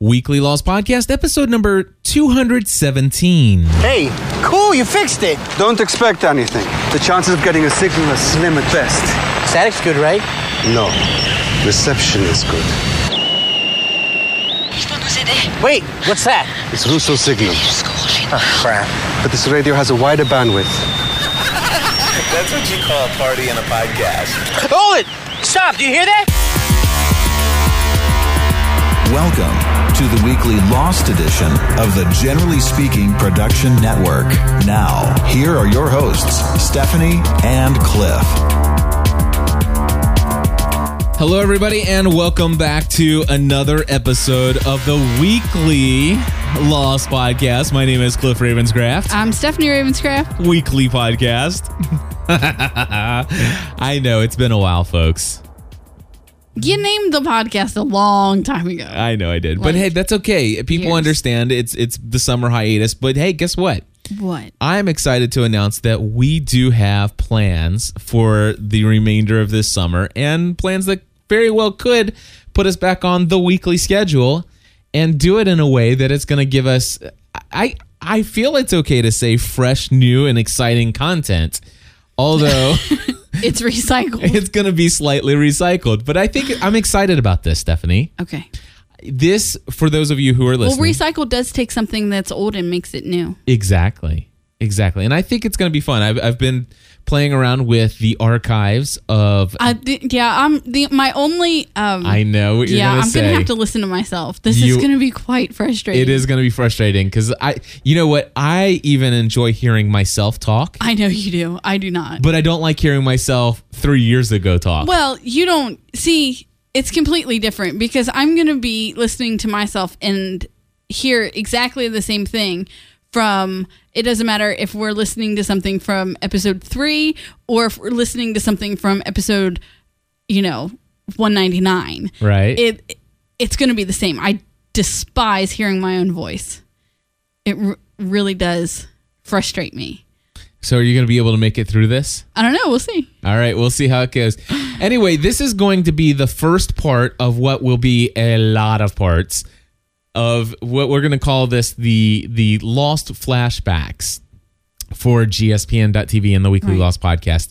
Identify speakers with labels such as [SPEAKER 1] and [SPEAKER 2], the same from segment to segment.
[SPEAKER 1] Weekly Laws Podcast, episode number 217.
[SPEAKER 2] Hey, cool, you fixed it.
[SPEAKER 3] Don't expect anything. The chances of getting a signal are slim at best.
[SPEAKER 2] Static's good, right?
[SPEAKER 3] No, reception is good.
[SPEAKER 4] Je peux nous aider
[SPEAKER 2] Wait, what's that?
[SPEAKER 3] It's Russo signal,
[SPEAKER 4] Jusqu'au rocher.
[SPEAKER 2] Crap.
[SPEAKER 3] but this radio has a wider bandwidth.
[SPEAKER 5] That's what you call a party in a podcast.
[SPEAKER 2] Hold it! Stop, do you hear that?
[SPEAKER 6] Welcome to the weekly Lost edition of the Generally Speaking Production Network. Now, here are your hosts, Stephanie and Cliff.
[SPEAKER 1] Hello, everybody, and welcome back to another episode of the Weekly Laws Podcast. My name is Cliff Ravenscraft.
[SPEAKER 7] I'm Stephanie Ravenscraft.
[SPEAKER 1] Weekly Podcast. I know, it's been a while, folks.
[SPEAKER 7] You named the podcast a long time ago.
[SPEAKER 1] I know I did. but
[SPEAKER 7] Like,
[SPEAKER 1] hey, that's okay. People
[SPEAKER 7] years.
[SPEAKER 1] understand it's it's the summer hiatus, but hey, guess what?
[SPEAKER 7] what?
[SPEAKER 1] I'm excited to announce that we do have plans for the remainder of this summer and plans that very well could put us back on the weekly schedule and do it in a way that it's going to give us I I feel it's okay to say fresh, new and exciting content. Although
[SPEAKER 7] It's recycled.
[SPEAKER 1] it's going to be slightly recycled, but I think I'm excited about this, Stephanie.
[SPEAKER 7] okay.
[SPEAKER 1] This for those of you who are
[SPEAKER 7] Well,
[SPEAKER 1] listening.
[SPEAKER 7] recycled does take something that's old and makes it new.
[SPEAKER 1] Exactly. Exactly. And I think it's going to be fun. I've, I've been playing around with the archives of. I,
[SPEAKER 7] I thi- yeah, I'm the my only um
[SPEAKER 1] know what you're
[SPEAKER 7] yeah,
[SPEAKER 1] going
[SPEAKER 7] I'm
[SPEAKER 1] to say.
[SPEAKER 7] gonna have to listen to myself. This
[SPEAKER 1] You-
[SPEAKER 7] is gonna be quite frustrating.
[SPEAKER 1] It is going to be frustrating because I, you know what? I even enjoy hearing myself talk,
[SPEAKER 7] I know you do. I do not.
[SPEAKER 1] but I don't like hearing myself three years ago talk.
[SPEAKER 7] well, you don't see. It's completely different because I'm gonna be listening to myself and hear exactly the same thing from it doesn't matter if we're listening to something from episode 3 or if we're listening to something from episode you know 199
[SPEAKER 1] Right.
[SPEAKER 7] it it's going to be the same i despise hearing my own voice it r- really does frustrate me
[SPEAKER 1] So, are you going to be able to make it through this?
[SPEAKER 7] i don't know we'll see
[SPEAKER 1] All right, we'll see how it goes. Anyway, this is going to be the first part of what will be a lot of parts of what we're going to call this the the lost flashbacks for gspn.tv and the weekly lost podcast.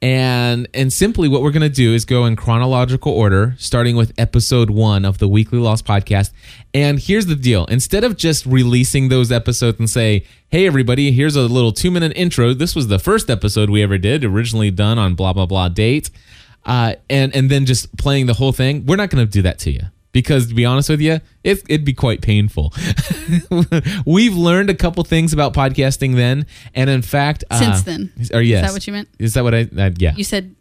[SPEAKER 1] And and simply what we're going to do is go in chronological order starting with episode 1 of the weekly lost podcast. And here's the deal. Instead of just releasing those episodes and say, "Hey everybody, here's a little 2-minute intro. This was the first episode we ever did, originally done on blah blah blah date." Uh, and and then just playing the whole thing, we're not going to do that to you because to be honest with you it, it'd be quite painful we've learned a couple things about podcasting then and in fact uh,
[SPEAKER 7] Since then.
[SPEAKER 1] or yes
[SPEAKER 7] what you meant?
[SPEAKER 1] is that what i uh, yeah
[SPEAKER 7] you said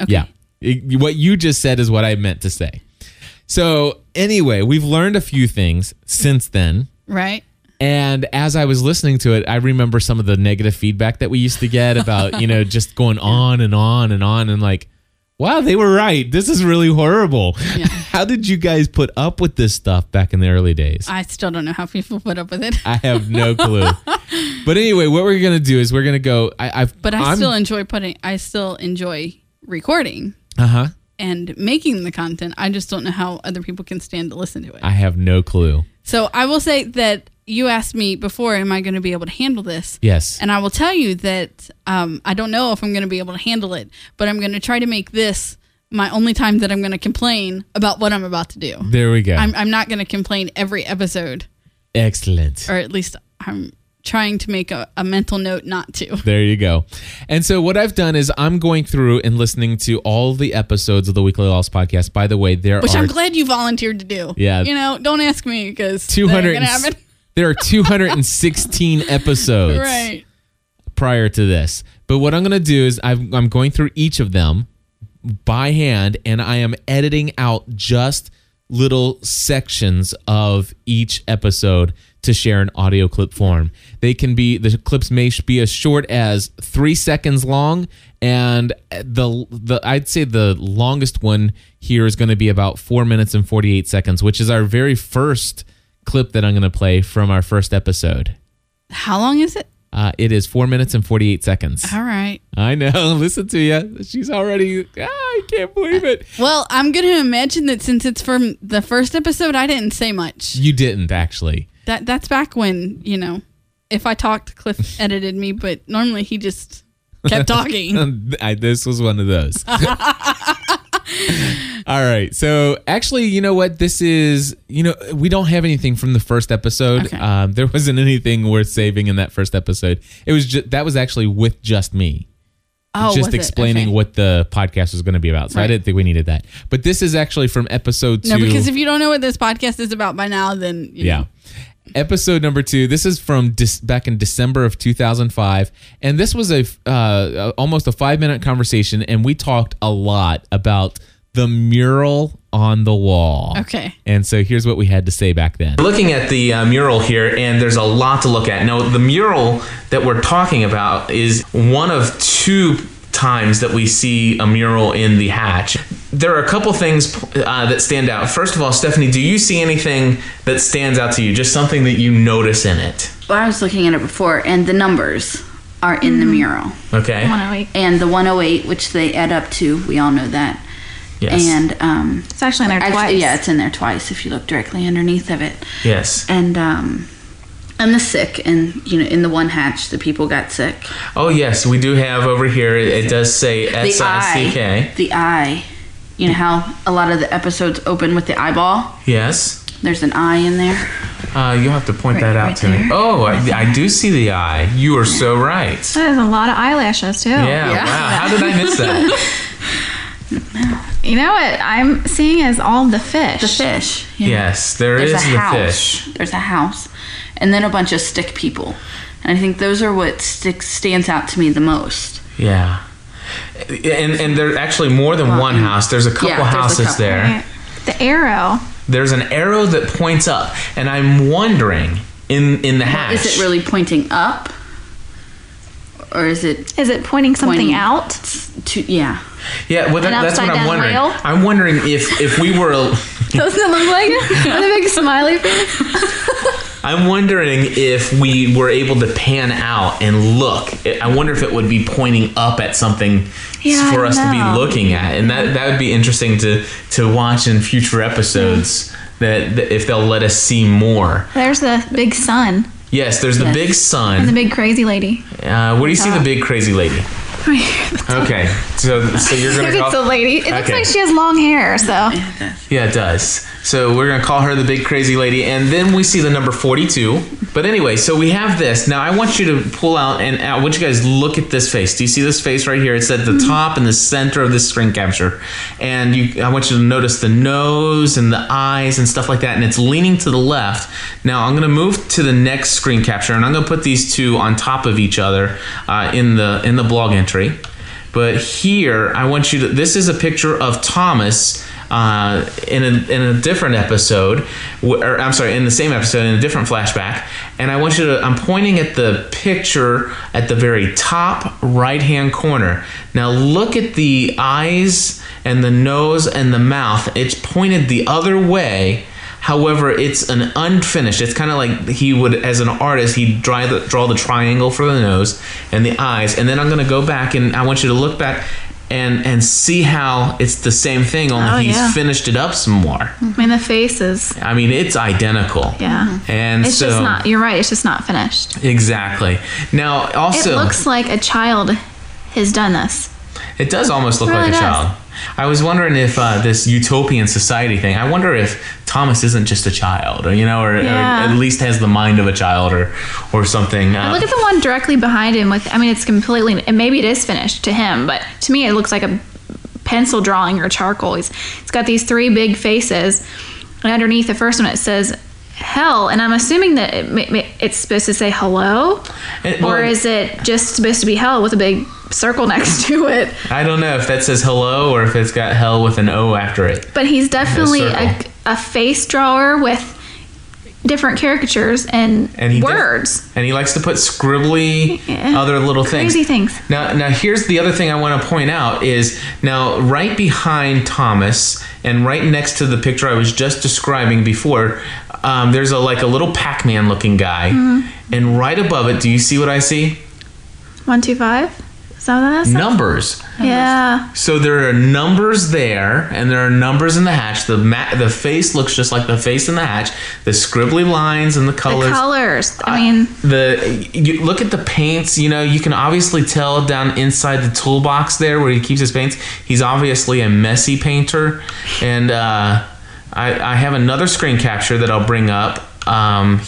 [SPEAKER 7] okay
[SPEAKER 1] yeah It- what you just said is what i meant to say so anyway we've learned a few things since then
[SPEAKER 7] right
[SPEAKER 1] and as I was listening to it, I remember some of the negative feedback that we used to get about, you know, just going on and on and on and like, wow, they were right. This is really horrible.
[SPEAKER 7] Yeah.
[SPEAKER 1] How did you guys put up with this stuff back in the early days?
[SPEAKER 7] i still don't know how people put up with it
[SPEAKER 1] I have no clue. but anyway, what we're going to do is we're going to go. I, I've,
[SPEAKER 7] but i
[SPEAKER 1] I'm-
[SPEAKER 7] still enjoy putting i still enjoy recording
[SPEAKER 1] uh-huh.
[SPEAKER 7] and making the content i just don't know how other people can stand to listen to it
[SPEAKER 1] I have no clue.
[SPEAKER 7] so i will say that you asked me before am i going to be able to handle this
[SPEAKER 1] Yes.
[SPEAKER 7] And I will tell you that um, I don't know if I'm going to be able to handle it, but I'm going to try to make this my only time that I'm going to complain about what I'm about to do.
[SPEAKER 1] there we go.
[SPEAKER 7] I'm, I'm not going to complain every episode,
[SPEAKER 1] Excellent.
[SPEAKER 7] or at least I'm trying to make a, a mental note not to.
[SPEAKER 1] There you go. And so what I've done is I'm going through and listening to all the episodes of the Weekly Lost podcast. By the way, there
[SPEAKER 7] Which
[SPEAKER 1] are
[SPEAKER 7] I'm glad you volunteered to do.
[SPEAKER 1] Yeah.
[SPEAKER 7] You know, don't ask me because
[SPEAKER 1] 200 and s-
[SPEAKER 7] happen.
[SPEAKER 1] there are 216 episodes
[SPEAKER 7] Right.
[SPEAKER 1] prior to this but what i'm going to do is I've, i'm going through each of them by hand and i am editing out just little sections of each episode to share in audio clip form they can be the clips may sh- be as short as three seconds long and the the i'd say the longest one here is going to be about four minutes and 48 seconds which is our very first clip that i'm going to play from our first episode
[SPEAKER 7] How long is it?
[SPEAKER 8] Uh, it is four minutes and 48 seconds.
[SPEAKER 7] All right.
[SPEAKER 8] I know. Listen to you. She's already, ah, I can't believe it.
[SPEAKER 7] Well, I'm going to imagine that since it's from the first episode, I didn't say much.
[SPEAKER 8] You didn't actually.
[SPEAKER 7] That that's back when you know, if I talked, Cliff edited me, but normally he just kept talking.
[SPEAKER 8] Um, I, this was one of those. All right. So actually, you know what? This is you know we don't have anything from the first episode.
[SPEAKER 7] Okay.
[SPEAKER 8] Um, there wasn't anything worth saving in that first episode. It was just that was actually with just me,
[SPEAKER 7] Oh, was
[SPEAKER 8] just
[SPEAKER 7] it?
[SPEAKER 8] explaining
[SPEAKER 7] Okay.
[SPEAKER 8] what the podcast was going to be about. So I
[SPEAKER 7] Right.
[SPEAKER 8] didn't think we needed that. But this is actually from episode two.
[SPEAKER 7] No, because if you don't know what this podcast is about by now, then you
[SPEAKER 8] Yeah.
[SPEAKER 7] know.
[SPEAKER 8] Episode number two. This is from dis- back in December of 2005, and this was a f- uh, uh, almost a five minute conversation, and we talked a lot about the mural on the wall.
[SPEAKER 7] Okay.
[SPEAKER 8] And so here's what we had to say back then.
[SPEAKER 1] looking at the uh, mural here, and there's a lot to look at. Now, the mural that we're talking about is one of two times that we see a mural in the hatch. There are a couple things uh, that stand out. First of all, Stephanie, do you see anything that stands out to you? Just something that you notice in it?
[SPEAKER 9] Well, I was looking at it before, and the numbers are in
[SPEAKER 10] Mm-hmm.
[SPEAKER 9] the mural.
[SPEAKER 1] Okay.
[SPEAKER 10] oh
[SPEAKER 9] And the 108, which they add up to, we all know that.
[SPEAKER 1] Yes.
[SPEAKER 9] And um,
[SPEAKER 10] It's actually in there
[SPEAKER 9] actually,
[SPEAKER 10] twice.
[SPEAKER 9] yeah, it's in there twice if you look directly underneath of it.
[SPEAKER 1] yes.
[SPEAKER 9] And um, and the sick, and you know, in the one hatch, the people got sick.
[SPEAKER 1] Oh, yes. We do have over here. It does say
[SPEAKER 9] The
[SPEAKER 1] S I C K.
[SPEAKER 9] eye, the eye. You know how a lot of the episodes open with the eyeball?
[SPEAKER 1] Yes.
[SPEAKER 9] There's an eye in there.
[SPEAKER 1] Uh, you'll have to point that out
[SPEAKER 9] right
[SPEAKER 1] to me.
[SPEAKER 9] there.
[SPEAKER 1] Oh, I, I do see the eye. You are so right.
[SPEAKER 10] There's a lot of eyelashes too.
[SPEAKER 1] Yeah,
[SPEAKER 9] Oh, Yeah.
[SPEAKER 1] wow. How did I miss that?
[SPEAKER 10] You know what I'm seeing is all the fish.
[SPEAKER 9] The fish. you know.
[SPEAKER 1] yes, there is
[SPEAKER 9] There's a
[SPEAKER 1] the
[SPEAKER 9] house.
[SPEAKER 1] fish.
[SPEAKER 9] There's a house, and then a bunch of stick people. And I think those are what sticks stands out to me the most.
[SPEAKER 1] Yeah. And and there's actually more than one house. There's a couple
[SPEAKER 9] mm. there's a
[SPEAKER 1] houses
[SPEAKER 9] couple.
[SPEAKER 1] there.
[SPEAKER 10] The arrow.
[SPEAKER 1] There's an arrow that points up, and I'm wondering in in the hatch.
[SPEAKER 9] Is it really pointing up, or is it
[SPEAKER 10] Is it pointing something
[SPEAKER 9] Pointing.
[SPEAKER 10] out?
[SPEAKER 9] to? Yeah,
[SPEAKER 1] Yeah, well, that,
[SPEAKER 10] An
[SPEAKER 1] that's what I'm
[SPEAKER 10] upside-down
[SPEAKER 1] wondering.
[SPEAKER 10] whale?
[SPEAKER 1] I'm wondering if if we were a-
[SPEAKER 10] Doesn't it look like it? With a big smiley face.
[SPEAKER 1] I'm wondering if we were able to pan out and look. I wonder if it would be pointing up at something
[SPEAKER 10] Yeah,
[SPEAKER 1] for
[SPEAKER 10] I
[SPEAKER 1] us to
[SPEAKER 10] know.
[SPEAKER 1] be looking at, and that that would be interesting to to watch in future episodes. That, that if they'll let us see more.
[SPEAKER 10] There's the big sun.
[SPEAKER 1] Yes, there's the
[SPEAKER 9] Yes.
[SPEAKER 1] big
[SPEAKER 10] The
[SPEAKER 1] sun.
[SPEAKER 10] big crazy lady.
[SPEAKER 1] Uh, where do you see the big crazy lady? Okay, so so you're gonna
[SPEAKER 10] It's a
[SPEAKER 1] call.
[SPEAKER 10] lady. It looks
[SPEAKER 1] Okay.
[SPEAKER 10] like she has long hair, so
[SPEAKER 1] Yeah, it does. So we're gonna call her the big crazy lady, and then we see the number forty-two. But anyway, so we have this. Now I want you to pull out and I want you guys look at this face. Do you see this face right here? It's at the top and the center of this screen capture, and you. I want you to notice the nose and the eyes and stuff like that, and it's leaning to the left. Now I'm gonna move to the next screen capture, and I'm gonna put these two on top of each other uh, in the in the blog entry. But here, I want you to. This is a picture of Thomas uh, in a in a different episode, wh- or I'm sorry, in the same episode in a different flashback. And I want you to. I'm pointing at the picture at the very top right hand corner. Now look at the eyes and the nose and the mouth. It's pointed the other way. However, it's an unfinished. It's kind of like he would, as an artist, he'd draw the, draw the triangle for the nose and the eyes. And then I'm going to go back and I want you to look back and and see how it's the same thing, only
[SPEAKER 10] Oh,
[SPEAKER 1] he's
[SPEAKER 10] yeah.
[SPEAKER 1] finished it up some more.
[SPEAKER 10] I mean the face is
[SPEAKER 1] I mean, it's identical.
[SPEAKER 10] yeah.
[SPEAKER 1] And
[SPEAKER 10] It's
[SPEAKER 1] so
[SPEAKER 10] just not. You're right. It's just not finished.
[SPEAKER 1] exactly. Now,
[SPEAKER 10] It
[SPEAKER 1] also,
[SPEAKER 10] looks like a child has done this.
[SPEAKER 1] It does almost look
[SPEAKER 10] It
[SPEAKER 1] like
[SPEAKER 10] really
[SPEAKER 1] a
[SPEAKER 10] does.
[SPEAKER 1] child. I was wondering if uh, this utopian society thing. I wonder if Thomas isn't just a child, or you know, or,
[SPEAKER 10] Yeah.
[SPEAKER 1] or at least has the mind of a child, or or something.
[SPEAKER 10] Look
[SPEAKER 1] Uh,
[SPEAKER 10] at the one directly behind him. With I mean, it's completely. And maybe it is finished to him, but to me, it looks like a pencil drawing or charcoal. He's, it's got these three big faces, and underneath the first one, it says hell. And I'm assuming that it, ma- ma- it's supposed to say hello,
[SPEAKER 1] It-
[SPEAKER 10] or
[SPEAKER 1] well-
[SPEAKER 10] is it just supposed to be hell with a big circle next to it?
[SPEAKER 1] I don't know if that says hello or if it's got hell with an O after it.
[SPEAKER 10] But he's definitely a,
[SPEAKER 1] circle.
[SPEAKER 10] a face drawer with different caricatures and,
[SPEAKER 1] And he def-
[SPEAKER 10] words.
[SPEAKER 1] And he likes to put scribbly
[SPEAKER 10] Yeah.
[SPEAKER 1] other little things.
[SPEAKER 10] Crazy things.
[SPEAKER 1] Now, now here's the other thing I want to point out is now right behind Thomas
[SPEAKER 11] and right next to the picture I was just describing before, um, there's a like a little Pac-Man looking guy, and right above it, do you see what I see?
[SPEAKER 10] One, two, five. Is that what that is?
[SPEAKER 11] Numbers.
[SPEAKER 10] Yeah.
[SPEAKER 11] So there are numbers there, and there are numbers in the hatch. The ma- the face looks just like the face in the hatch. The scribbly lines and the colors.
[SPEAKER 10] The colors. I mean,
[SPEAKER 11] the you look at the paints you know you can obviously tell down inside the toolbox there where he keeps his paints he's obviously a messy painter and uh, I, I have another screen capture that i'll bring up um,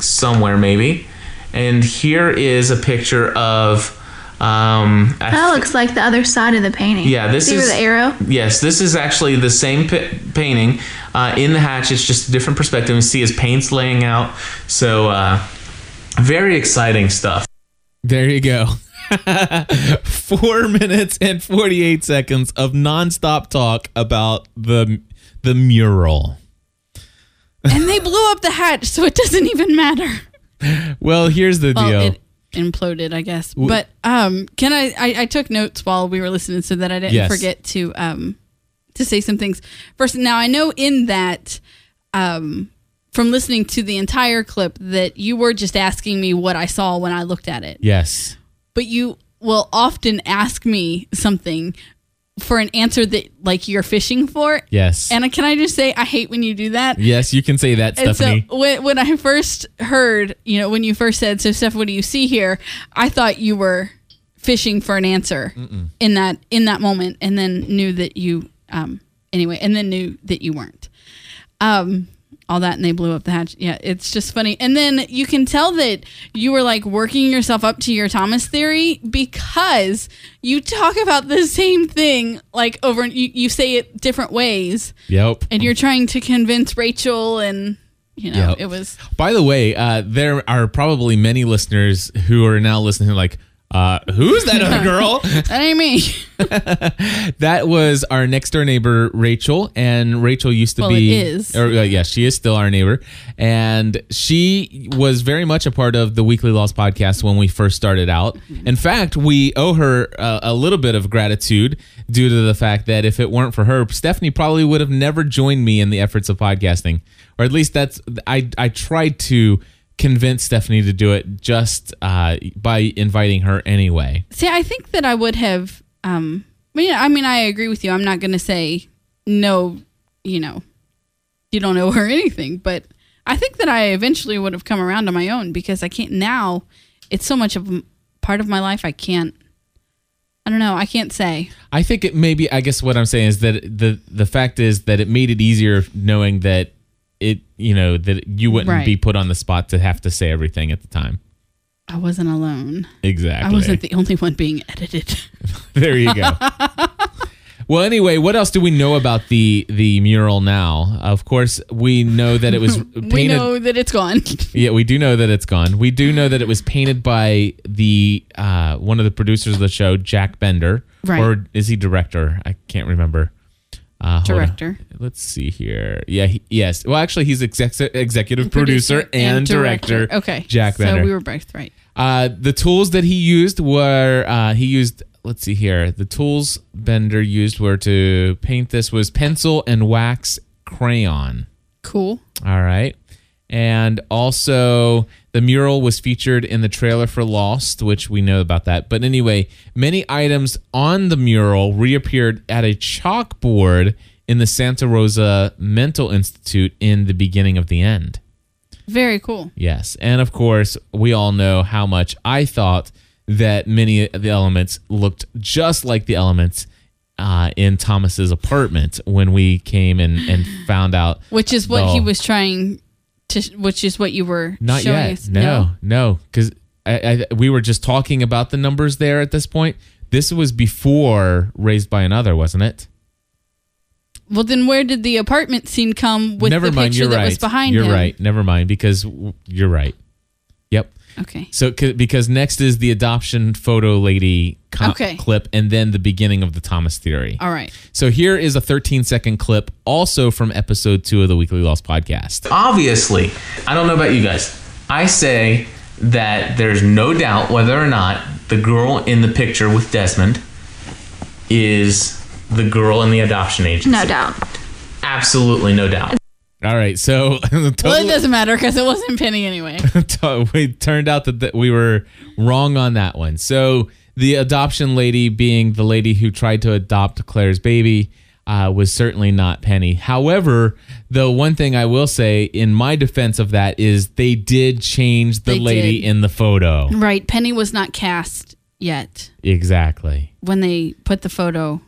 [SPEAKER 11] somewhere maybe and here is a picture of um, I
[SPEAKER 10] that looks like the other side of the painting.
[SPEAKER 11] yeah, this
[SPEAKER 10] See
[SPEAKER 11] is
[SPEAKER 10] where the arrow.
[SPEAKER 11] Yes, this is actually the same pa- painting uh, in the hatch. It's just a different perspective. You see his paints laying out. So uh, very exciting stuff.
[SPEAKER 1] There you go. Four minutes and forty-eight seconds of nonstop talk about the the mural.
[SPEAKER 7] and they blew up the hatch, so it doesn't even matter.
[SPEAKER 1] Well, here's the
[SPEAKER 7] Well,
[SPEAKER 1] deal.
[SPEAKER 7] it imploded, I guess. But um, can I, I? I took notes while we were listening so that I didn't
[SPEAKER 1] Yes.
[SPEAKER 7] forget to um to say some things. First, now I know in that um from listening to the entire clip that you were just asking me what I saw when I looked at it,
[SPEAKER 1] yes.
[SPEAKER 7] but you will often ask me something for an answer that like you're fishing for.
[SPEAKER 1] Yes.
[SPEAKER 7] And I- can I just say I hate when you do that.
[SPEAKER 1] yes, you can say that,
[SPEAKER 7] And
[SPEAKER 1] Stephanie.
[SPEAKER 7] so when, when I first heard, you know, when you first said, "So Steph, what do you see here?" I thought you were fishing for an answer in that in that moment, and then knew that you um, anyway, and then knew that you weren't. Um, all that, and they blew up the hatch. Yeah, it's just funny. And then you can tell that you were like working yourself up to your Thomas theory because you talk about the same thing like over. You, you say it different ways
[SPEAKER 1] yep.
[SPEAKER 7] and you're trying to convince Rachel, and you know
[SPEAKER 1] Yep.
[SPEAKER 7] it was
[SPEAKER 1] By the way, uh, there are probably many listeners who are now listening who are like, uh, who's that other girl?
[SPEAKER 7] that ain't me.
[SPEAKER 1] That was our next door neighbor, Rachel, and Rachel used to
[SPEAKER 7] Well,
[SPEAKER 1] be.
[SPEAKER 7] it is.
[SPEAKER 1] Or, uh, yeah, she is still our neighbor, and she was very much a part of the Weekly Lost podcast when we first started out. In fact, we owe her uh, a little bit of gratitude due to the fact that if it weren't for her, Stephanie probably would have never joined me in the efforts of podcasting, or at least that's I I tried to convince Stephanie to do it just uh, by inviting her anyway.
[SPEAKER 7] See, I think that I would have. Um, I mean, I mean, I agree with you. I'm not going to say no. You know, you don't owe her anything, but I think that I eventually would have come around on my own because I can't now. It's so much of m- part of my life. I can't. I don't know. I can't say.
[SPEAKER 1] I think it maybe I guess what I'm saying is that the the fact is that it made it easier knowing that it you know that you wouldn't
[SPEAKER 7] Right.
[SPEAKER 1] be put on the spot to have to say everything at the time.
[SPEAKER 7] I wasn't alone.
[SPEAKER 1] Exactly.
[SPEAKER 7] I wasn't the only one being edited.
[SPEAKER 1] there you go. well, anyway, what else do we know about the the mural now? Of course, we know that it was painted
[SPEAKER 7] we know that it's gone.
[SPEAKER 1] Yeah, we do know that it's gone. We do know that it was painted by the uh, one of the producers of the show, Jack Bender,
[SPEAKER 7] Right.
[SPEAKER 1] or is he director? I can't remember. Uh, hold on.
[SPEAKER 7] Director.
[SPEAKER 1] Let's see here. Yeah, he, yes. Well, actually, he's exec- executive producer, and, director.
[SPEAKER 7] Okay.
[SPEAKER 1] Jack Bender.
[SPEAKER 7] So we were both right.
[SPEAKER 1] Uh, the tools that he used were uh, he used. Let's see here. The tools Bender used were to paint this was pencil and wax crayon.
[SPEAKER 7] Cool.
[SPEAKER 1] All right. And also, the mural was featured in the trailer for Lost, which we know about that. But anyway, many items on the mural reappeared at a chalkboard in the Santa Rosa Mental Institute in the beginning of the end.
[SPEAKER 7] Very cool.
[SPEAKER 1] Yes. And of course, we all know how much I thought that many of the elements looked just like the elements uh, in Thomas's apartment when we came and, and found out.
[SPEAKER 7] Which is what he
[SPEAKER 1] the-
[SPEAKER 7] was trying to, sh- which is what you were
[SPEAKER 1] Not
[SPEAKER 7] showing
[SPEAKER 1] yet.
[SPEAKER 7] us.
[SPEAKER 1] No, no, because I, I, we were just talking about the numbers there at this point. This was before Raised by Another, wasn't it?
[SPEAKER 7] Well, then where did the apartment scene come with
[SPEAKER 1] Never
[SPEAKER 7] the
[SPEAKER 1] mind.
[SPEAKER 7] picture
[SPEAKER 1] You're
[SPEAKER 7] that
[SPEAKER 1] right.
[SPEAKER 7] was behind
[SPEAKER 1] you're
[SPEAKER 7] him?
[SPEAKER 1] right. Never mind because w- you're right. Yep.
[SPEAKER 7] Okay.
[SPEAKER 1] So c- because next is the adoption photo lady co-
[SPEAKER 7] Okay.
[SPEAKER 1] clip, and then the beginning of the Thomas theory.
[SPEAKER 7] All right.
[SPEAKER 1] So here is a 13 second clip, also from episode two of the Weekly Lost podcast.
[SPEAKER 11] Obviously, I don't know about you guys. I say that there's no doubt whether or not the girl in the picture with Desmond is the girl in the adoption agency.
[SPEAKER 10] No doubt.
[SPEAKER 11] Absolutely, no doubt.
[SPEAKER 1] All right, so
[SPEAKER 7] well, it doesn't matter because it wasn't Penny anyway.
[SPEAKER 1] to- it turned out that, that we were wrong on that one. So the adoption lady, being the lady who tried to adopt Claire's baby, uh, was certainly not Penny. However, the one thing I will say in my defense of that is they did change the
[SPEAKER 7] They
[SPEAKER 1] lady
[SPEAKER 7] did.
[SPEAKER 1] in the photo.
[SPEAKER 7] right, Penny was not cast yet
[SPEAKER 1] Exactly.
[SPEAKER 7] when they put the photo.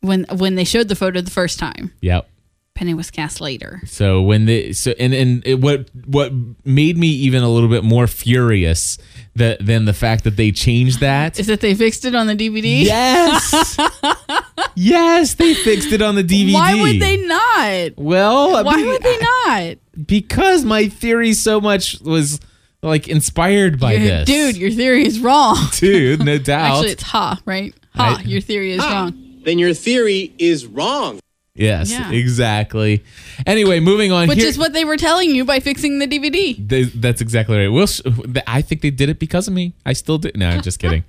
[SPEAKER 7] When when they showed the photo the first time,
[SPEAKER 1] Yep.
[SPEAKER 7] Penny was cast later.
[SPEAKER 1] So when the so and and it, what what made me even a little bit more furious that than the fact that they changed that
[SPEAKER 7] Is that they fixed it on the DVD?
[SPEAKER 1] Yes. yes, they fixed it on the DVD.
[SPEAKER 7] Why would they not?
[SPEAKER 1] Well,
[SPEAKER 7] Why
[SPEAKER 1] be-
[SPEAKER 7] would they not?
[SPEAKER 1] Because my theory so much was like inspired by
[SPEAKER 7] Your-
[SPEAKER 1] this,
[SPEAKER 7] Dude, your theory is wrong.
[SPEAKER 1] Dude, no doubt.
[SPEAKER 7] Actually, it's ha, right? Ha,
[SPEAKER 1] I- Ah.
[SPEAKER 7] your theory is wrong.
[SPEAKER 12] Then your theory is wrong.
[SPEAKER 1] yes,
[SPEAKER 7] Yeah.
[SPEAKER 1] exactly. Anyway, moving on.
[SPEAKER 7] Which
[SPEAKER 1] here-
[SPEAKER 7] is what they were telling you by fixing the DVD.
[SPEAKER 1] They- that's exactly right. We'll sh- I think they did it because of me. I still do. No, I'm just kidding.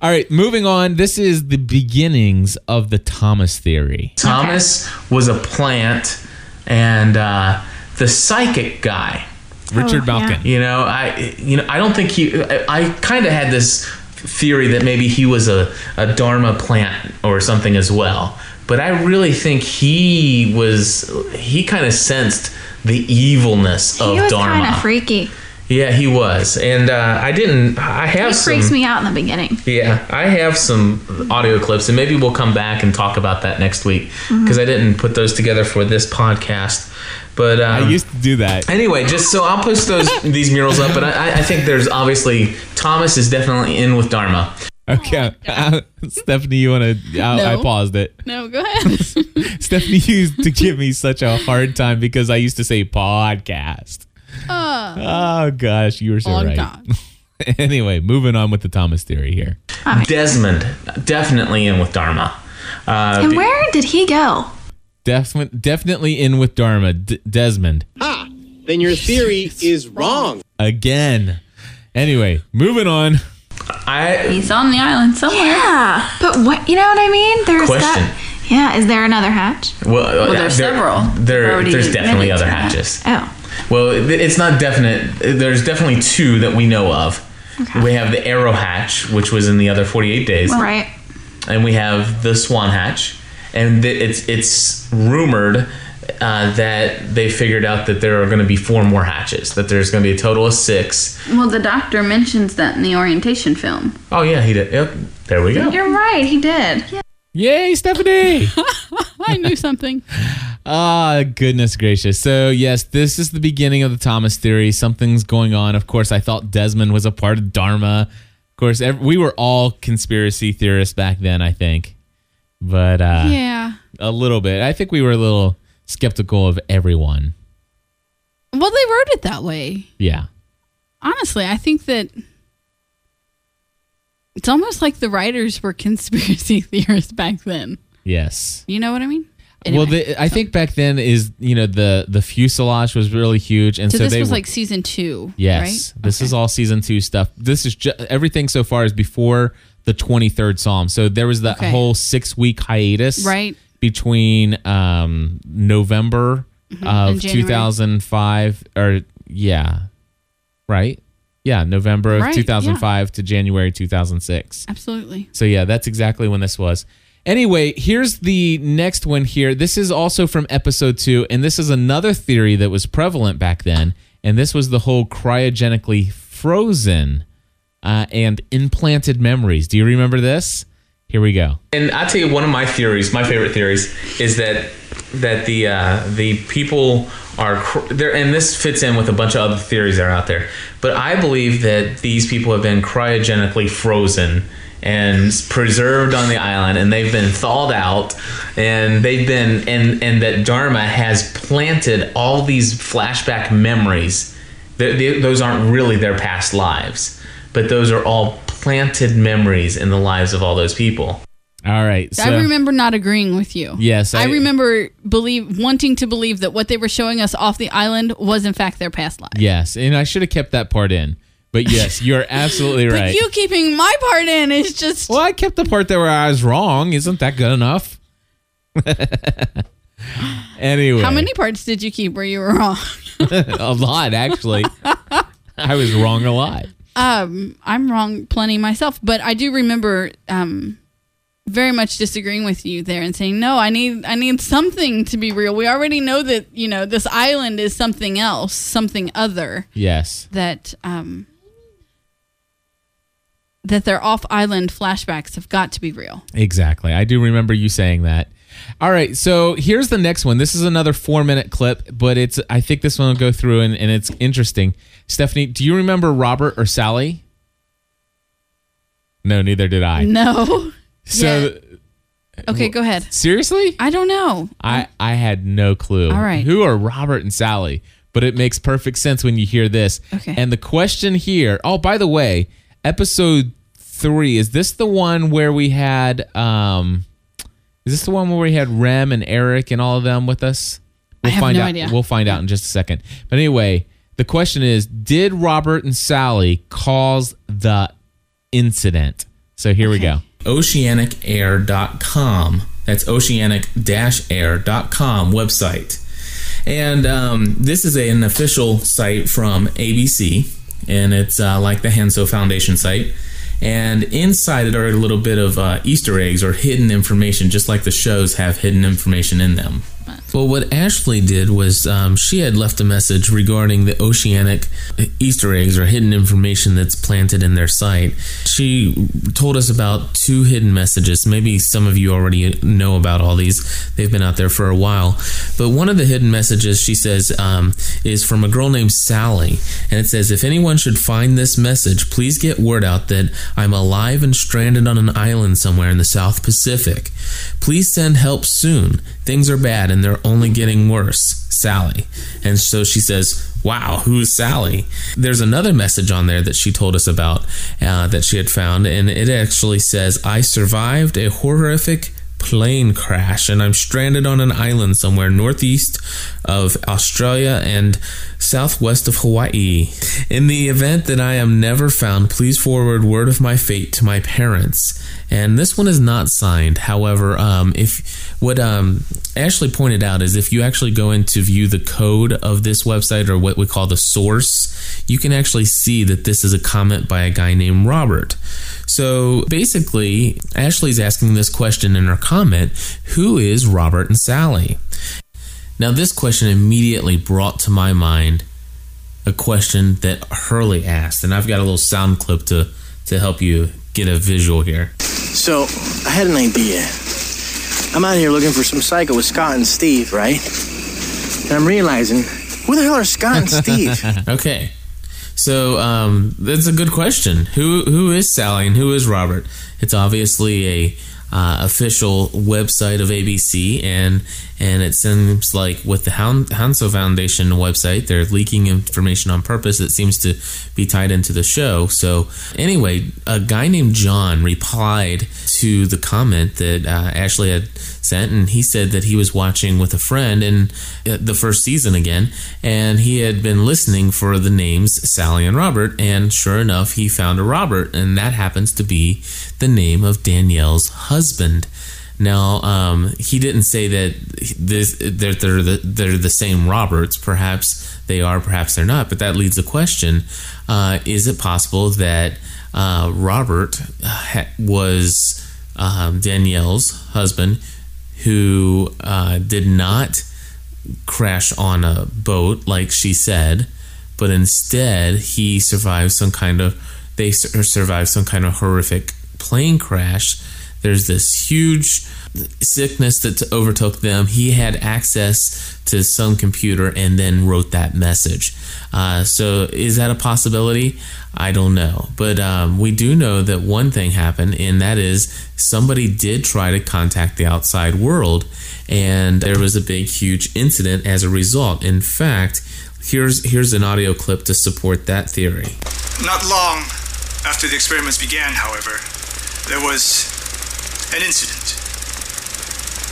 [SPEAKER 1] All right, moving on. This is the beginnings of the Thomas theory.
[SPEAKER 11] Thomas was a plant, and uh, the psychic guy,
[SPEAKER 1] Richard Oh, Balkin. yeah.
[SPEAKER 11] You know, I you know I don't think he. I, I kind of had this theory that maybe he was a, a dharma plant or something as well. But I really think he was. He kind of sensed the evilness of
[SPEAKER 10] he was
[SPEAKER 11] dharma.
[SPEAKER 10] kind of freaky.
[SPEAKER 11] Yeah, he was, and uh, I didn't. I have
[SPEAKER 10] He
[SPEAKER 11] some.
[SPEAKER 10] freaks me out in the beginning.
[SPEAKER 11] Yeah, I have some audio clips, and maybe we'll come back and talk about that next week because
[SPEAKER 10] Mhm.
[SPEAKER 11] I didn't put those together for this podcast. But um, I used
[SPEAKER 1] to do that.
[SPEAKER 11] Anyway, just so I'll post those these murals up, but I, I- I think there's obviously Thomas is definitely in with Dharma.
[SPEAKER 1] Okay, Stephanie, you want to? Oh, I, I
[SPEAKER 7] No.
[SPEAKER 1] paused it.
[SPEAKER 7] No, go ahead.
[SPEAKER 1] Stephanie used to give me such a hard time because I used to say podcast.
[SPEAKER 7] uh,
[SPEAKER 1] Oh gosh, you were so
[SPEAKER 11] Long
[SPEAKER 1] right.
[SPEAKER 11] time.
[SPEAKER 1] anyway, moving on with the Thomas theory here.
[SPEAKER 11] Desmond definitely in with Dharma. Uh,
[SPEAKER 10] and
[SPEAKER 11] be-
[SPEAKER 10] where did he go?
[SPEAKER 1] Defin- definitely in with Dharma, D- Desmond
[SPEAKER 12] Ha! Then your theory is wrong.
[SPEAKER 1] again. Anyway, moving on.
[SPEAKER 11] I
[SPEAKER 10] He's on the island somewhere. Yeah, but what? You know what I mean? There's
[SPEAKER 11] Question.
[SPEAKER 10] that. Yeah, is there another hatch?
[SPEAKER 11] Well,
[SPEAKER 10] Well, there's
[SPEAKER 11] there-
[SPEAKER 10] several. We've
[SPEAKER 11] There,
[SPEAKER 10] already
[SPEAKER 11] there's definitely
[SPEAKER 10] admitted
[SPEAKER 11] other
[SPEAKER 10] to that.
[SPEAKER 11] hatches.
[SPEAKER 10] Oh,
[SPEAKER 11] Well, it- it's not definite. There's definitely two that we know of. We have the arrow hatch, which was in the other 48 days,
[SPEAKER 10] well, right.
[SPEAKER 11] and we have the swan hatch. And th- it's it's rumored uh, that they figured out that there are going to be four more hatches. That there's going to be a total of six.
[SPEAKER 9] Well, the doctor mentions that in the orientation film.
[SPEAKER 11] Oh yeah, he did. Yep, there we go.
[SPEAKER 10] You're right. He did.
[SPEAKER 1] Yay, Stephanie!
[SPEAKER 7] I knew something.
[SPEAKER 1] Ah, goodness gracious. So, yes, this is the beginning of the Thomas theory. Something's going on. Of course, I thought Desmond was a part of Dharma. Of course, ev- we were all conspiracy theorists back then, I think. But uh,
[SPEAKER 7] yeah.
[SPEAKER 1] a little bit. I think we were a little skeptical of everyone.
[SPEAKER 7] Well, they wrote it that way.
[SPEAKER 1] Yeah.
[SPEAKER 7] Honestly, I think that it's almost like the writers were conspiracy theorists back then.
[SPEAKER 1] Yes.
[SPEAKER 7] You know what I mean?
[SPEAKER 1] well, the, I think back then is you know the the fuselage was really huge, and so,
[SPEAKER 7] so, this
[SPEAKER 1] they
[SPEAKER 7] was
[SPEAKER 1] were-
[SPEAKER 7] like season two.
[SPEAKER 1] Yes,
[SPEAKER 7] Right?
[SPEAKER 1] this is all season two stuff. This is ju- everything so far is before the twenty third Psalm. So there was that
[SPEAKER 7] Okay.
[SPEAKER 1] whole six week hiatus,
[SPEAKER 7] Right.
[SPEAKER 1] between um, November
[SPEAKER 7] Mhm,
[SPEAKER 1] of
[SPEAKER 7] and January.
[SPEAKER 1] two thousand five, or yeah, right, yeah, November of
[SPEAKER 7] Right, yeah.
[SPEAKER 1] two thousand five to January two thousand six.
[SPEAKER 7] Absolutely.
[SPEAKER 1] So yeah, that's exactly when this was. Anyway, here's the next one here. This is also from episode 2 and this is another theory that was prevalent back then and this was the whole cryogenically frozen uh, and implanted memories. Do you remember this? Here we go.
[SPEAKER 11] And I tell you, one of my theories, my favorite theories, is that that the uh, the people are cr- there, and this fits in with a bunch of other theories that are out there. But I believe that these people have been cryogenically frozen and s- preserved on the island, and they've been thawed out, and they've been and and that Dharma has planted all these flashback memories. Th th those aren't really their past lives, but those are all planted memories in the lives of all those people.
[SPEAKER 1] All right.
[SPEAKER 7] I
[SPEAKER 11] So-
[SPEAKER 7] remember not agreeing with you.
[SPEAKER 11] Yes,
[SPEAKER 7] I,
[SPEAKER 11] I-
[SPEAKER 7] remember believe wanting to believe that what they were showing us off the island was in fact their past life.
[SPEAKER 1] Yes, and I should have kept that part in. But yes, you're absolutely
[SPEAKER 7] But
[SPEAKER 1] right.
[SPEAKER 7] you keeping my part in is just
[SPEAKER 1] well, I kept the part that where I was wrong. Isn't that good enough?
[SPEAKER 13] Anyway,
[SPEAKER 7] How many parts did you keep where you were wrong?
[SPEAKER 13] a lot actually. I was wrong a lot.
[SPEAKER 7] Um, I'm wrong plenty myself, but I do remember um, very much disagreeing with you there and saying, "No, I need I need something to be real. We already know that you know this island is something else, something other.
[SPEAKER 13] Yes.
[SPEAKER 7] That um, that their off island flashbacks have got to be real.
[SPEAKER 13] Exactly. I do remember you saying that. All right, so here's the next one. This is another four minute clip, but it's I think this one will go through and, and it's interesting. Stephanie, do you remember Robert or Sally? No, neither did I.
[SPEAKER 7] No.
[SPEAKER 13] So
[SPEAKER 7] Okay, go ahead.
[SPEAKER 13] seriously?
[SPEAKER 7] I don't know.
[SPEAKER 13] I, I had no clue.
[SPEAKER 7] All right.
[SPEAKER 13] Who are Robert and Sally? But it makes perfect sense when you hear this.
[SPEAKER 7] Okay.
[SPEAKER 13] And the question here oh, by the way, episode three, is this the one where we had um is this the one where we had Rem and Eric and all of them with us?
[SPEAKER 7] I
[SPEAKER 13] We'll
[SPEAKER 7] have
[SPEAKER 13] find
[SPEAKER 7] no
[SPEAKER 13] out
[SPEAKER 7] idea.
[SPEAKER 13] we'll find out in just a second. But anyway, the question is did Robert and Sally cause the incident? So here we go.
[SPEAKER 1] oceanicair.com. That's oceanic-air.com website. And um, this is an official site from ABC, and it's uh, like the Hanso Foundation site. And inside it are a little bit of uh, Easter eggs or hidden information, just like the shows have hidden information in them. Well, what Ashley did was um, she had left a message regarding the oceanic Easter eggs or hidden information that's planted in their site. She told us about two hidden messages. Maybe some of you already know about all these, they've been out there for a while. But one of the hidden messages she says um, is from a girl named Sally. And it says, If anyone should find this message, please get word out that I'm alive and stranded on an island somewhere in the South Pacific. Please send help soon. Things are bad and they're only getting worse. Sally. And so she says, Wow, who's Sally? There's another message on there that she told us about uh, that she had found, and it actually says, I survived a horrific plane crash and I'm stranded on an island somewhere northeast of Australia and southwest of Hawaii. In the event that I am never found, please forward word of my fate to my parents. And this one is not signed. However, um, if what um, Ashley pointed out is if you actually go in to view the code of this website or what we call the source, you can actually see that this is a comment by a guy named Robert. So basically, Ashley's asking this question in her comment Who is Robert and Sally? Now, this question immediately brought to my mind a question that Hurley asked, and I've got a little sound clip to, to help you get a visual here.
[SPEAKER 2] So, I had an idea. I'm out here looking for some psycho with Scott and Steve, right? And I'm realizing, who the hell are Scott and Steve?
[SPEAKER 1] okay. So um, that's a good question. Who who is Sally and who is Robert? It's obviously a uh, official website of ABC, and and it seems like with the Han- Hanso Foundation website, they're leaking information on purpose that seems to be tied into the show. So anyway, a guy named John replied to the comment that uh, Ashley had sent, and he said that he was watching with a friend in uh, the first season again, and he had been listening for the names Sally and Robert, and sure enough, he found a Robert, and that happens to be the name of Danielle's husband. Now, um, he didn't say that this, they're, they're, the, they're the same Roberts. Perhaps they are, perhaps they're not. But that leads the question uh, is it possible that uh, Robert ha- was um, Danielle's husband who uh, did not crash on a boat, like she said, but instead he survived some kind of they sur- survived some kind of horrific plane crash. There's this huge sickness that overtook them. He had access to some computer and then wrote that message. Uh, so, is that a possibility? I don't know. But um, we do know that one thing happened, and that is somebody did try to contact the outside world, and there was a big, huge incident as a result. In fact, here's here's an audio clip to support that theory.
[SPEAKER 10] Not long after the experiments began, however, there was an incident.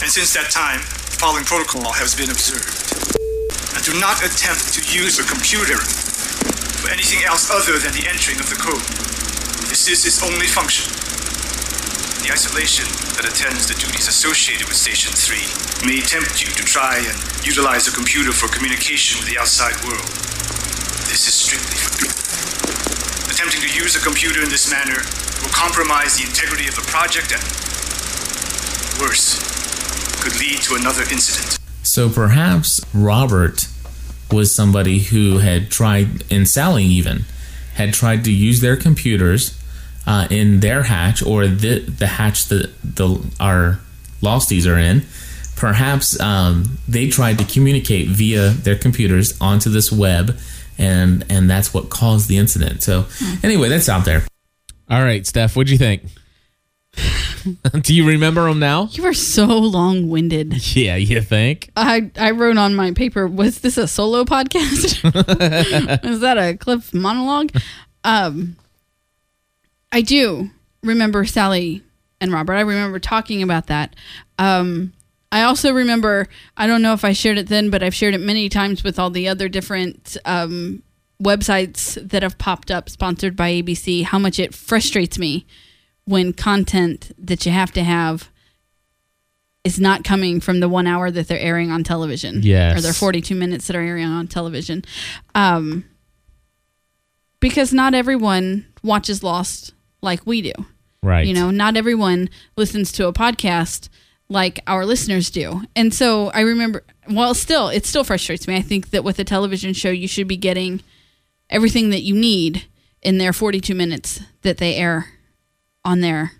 [SPEAKER 10] And since that time, the following protocol has been observed. And do not attempt to use a computer for anything else other than the entering of the code. This is its only function. The isolation
[SPEAKER 14] that attends the duties associated with Station 3 may tempt you to try and utilize a computer for communication with the outside world. This is strictly forbidden. Attempting to use a computer in this manner will compromise the integrity of the project and, worse, could lead to another incident.
[SPEAKER 11] So perhaps Robert was somebody who had tried, and Sally even, had tried to use their computers uh, in their hatch or the, the hatch that the, our losties are in. Perhaps um, they tried to communicate via their computers onto this web, and, and that's what caused the incident. So,
[SPEAKER 1] Hmm.
[SPEAKER 11] anyway, that's out there.
[SPEAKER 1] All right, Steph, what'd you think? Do you remember them now?
[SPEAKER 7] You were so long winded.
[SPEAKER 1] Yeah, you think?
[SPEAKER 7] I, I wrote on my paper, was this a solo podcast? Is that a Cliff monologue? Um, I do remember Sally and Robert. I remember talking about that. Um, I also remember, I don't know if I shared it then, but I've shared it many times with all the other different um, websites that have popped up sponsored by ABC, how much it frustrates me when content that you have to have is not coming from the one hour that they're airing on television.
[SPEAKER 1] Yes.
[SPEAKER 7] Or their 42 minutes that are airing on television. Um, because not everyone watches Lost like we do.
[SPEAKER 1] Right.
[SPEAKER 7] You know, not everyone listens to a podcast like our listeners do. And so I remember, well, still, it still frustrates me. I think that with a television show, you should be getting everything that you need in their 42 minutes that they air on their,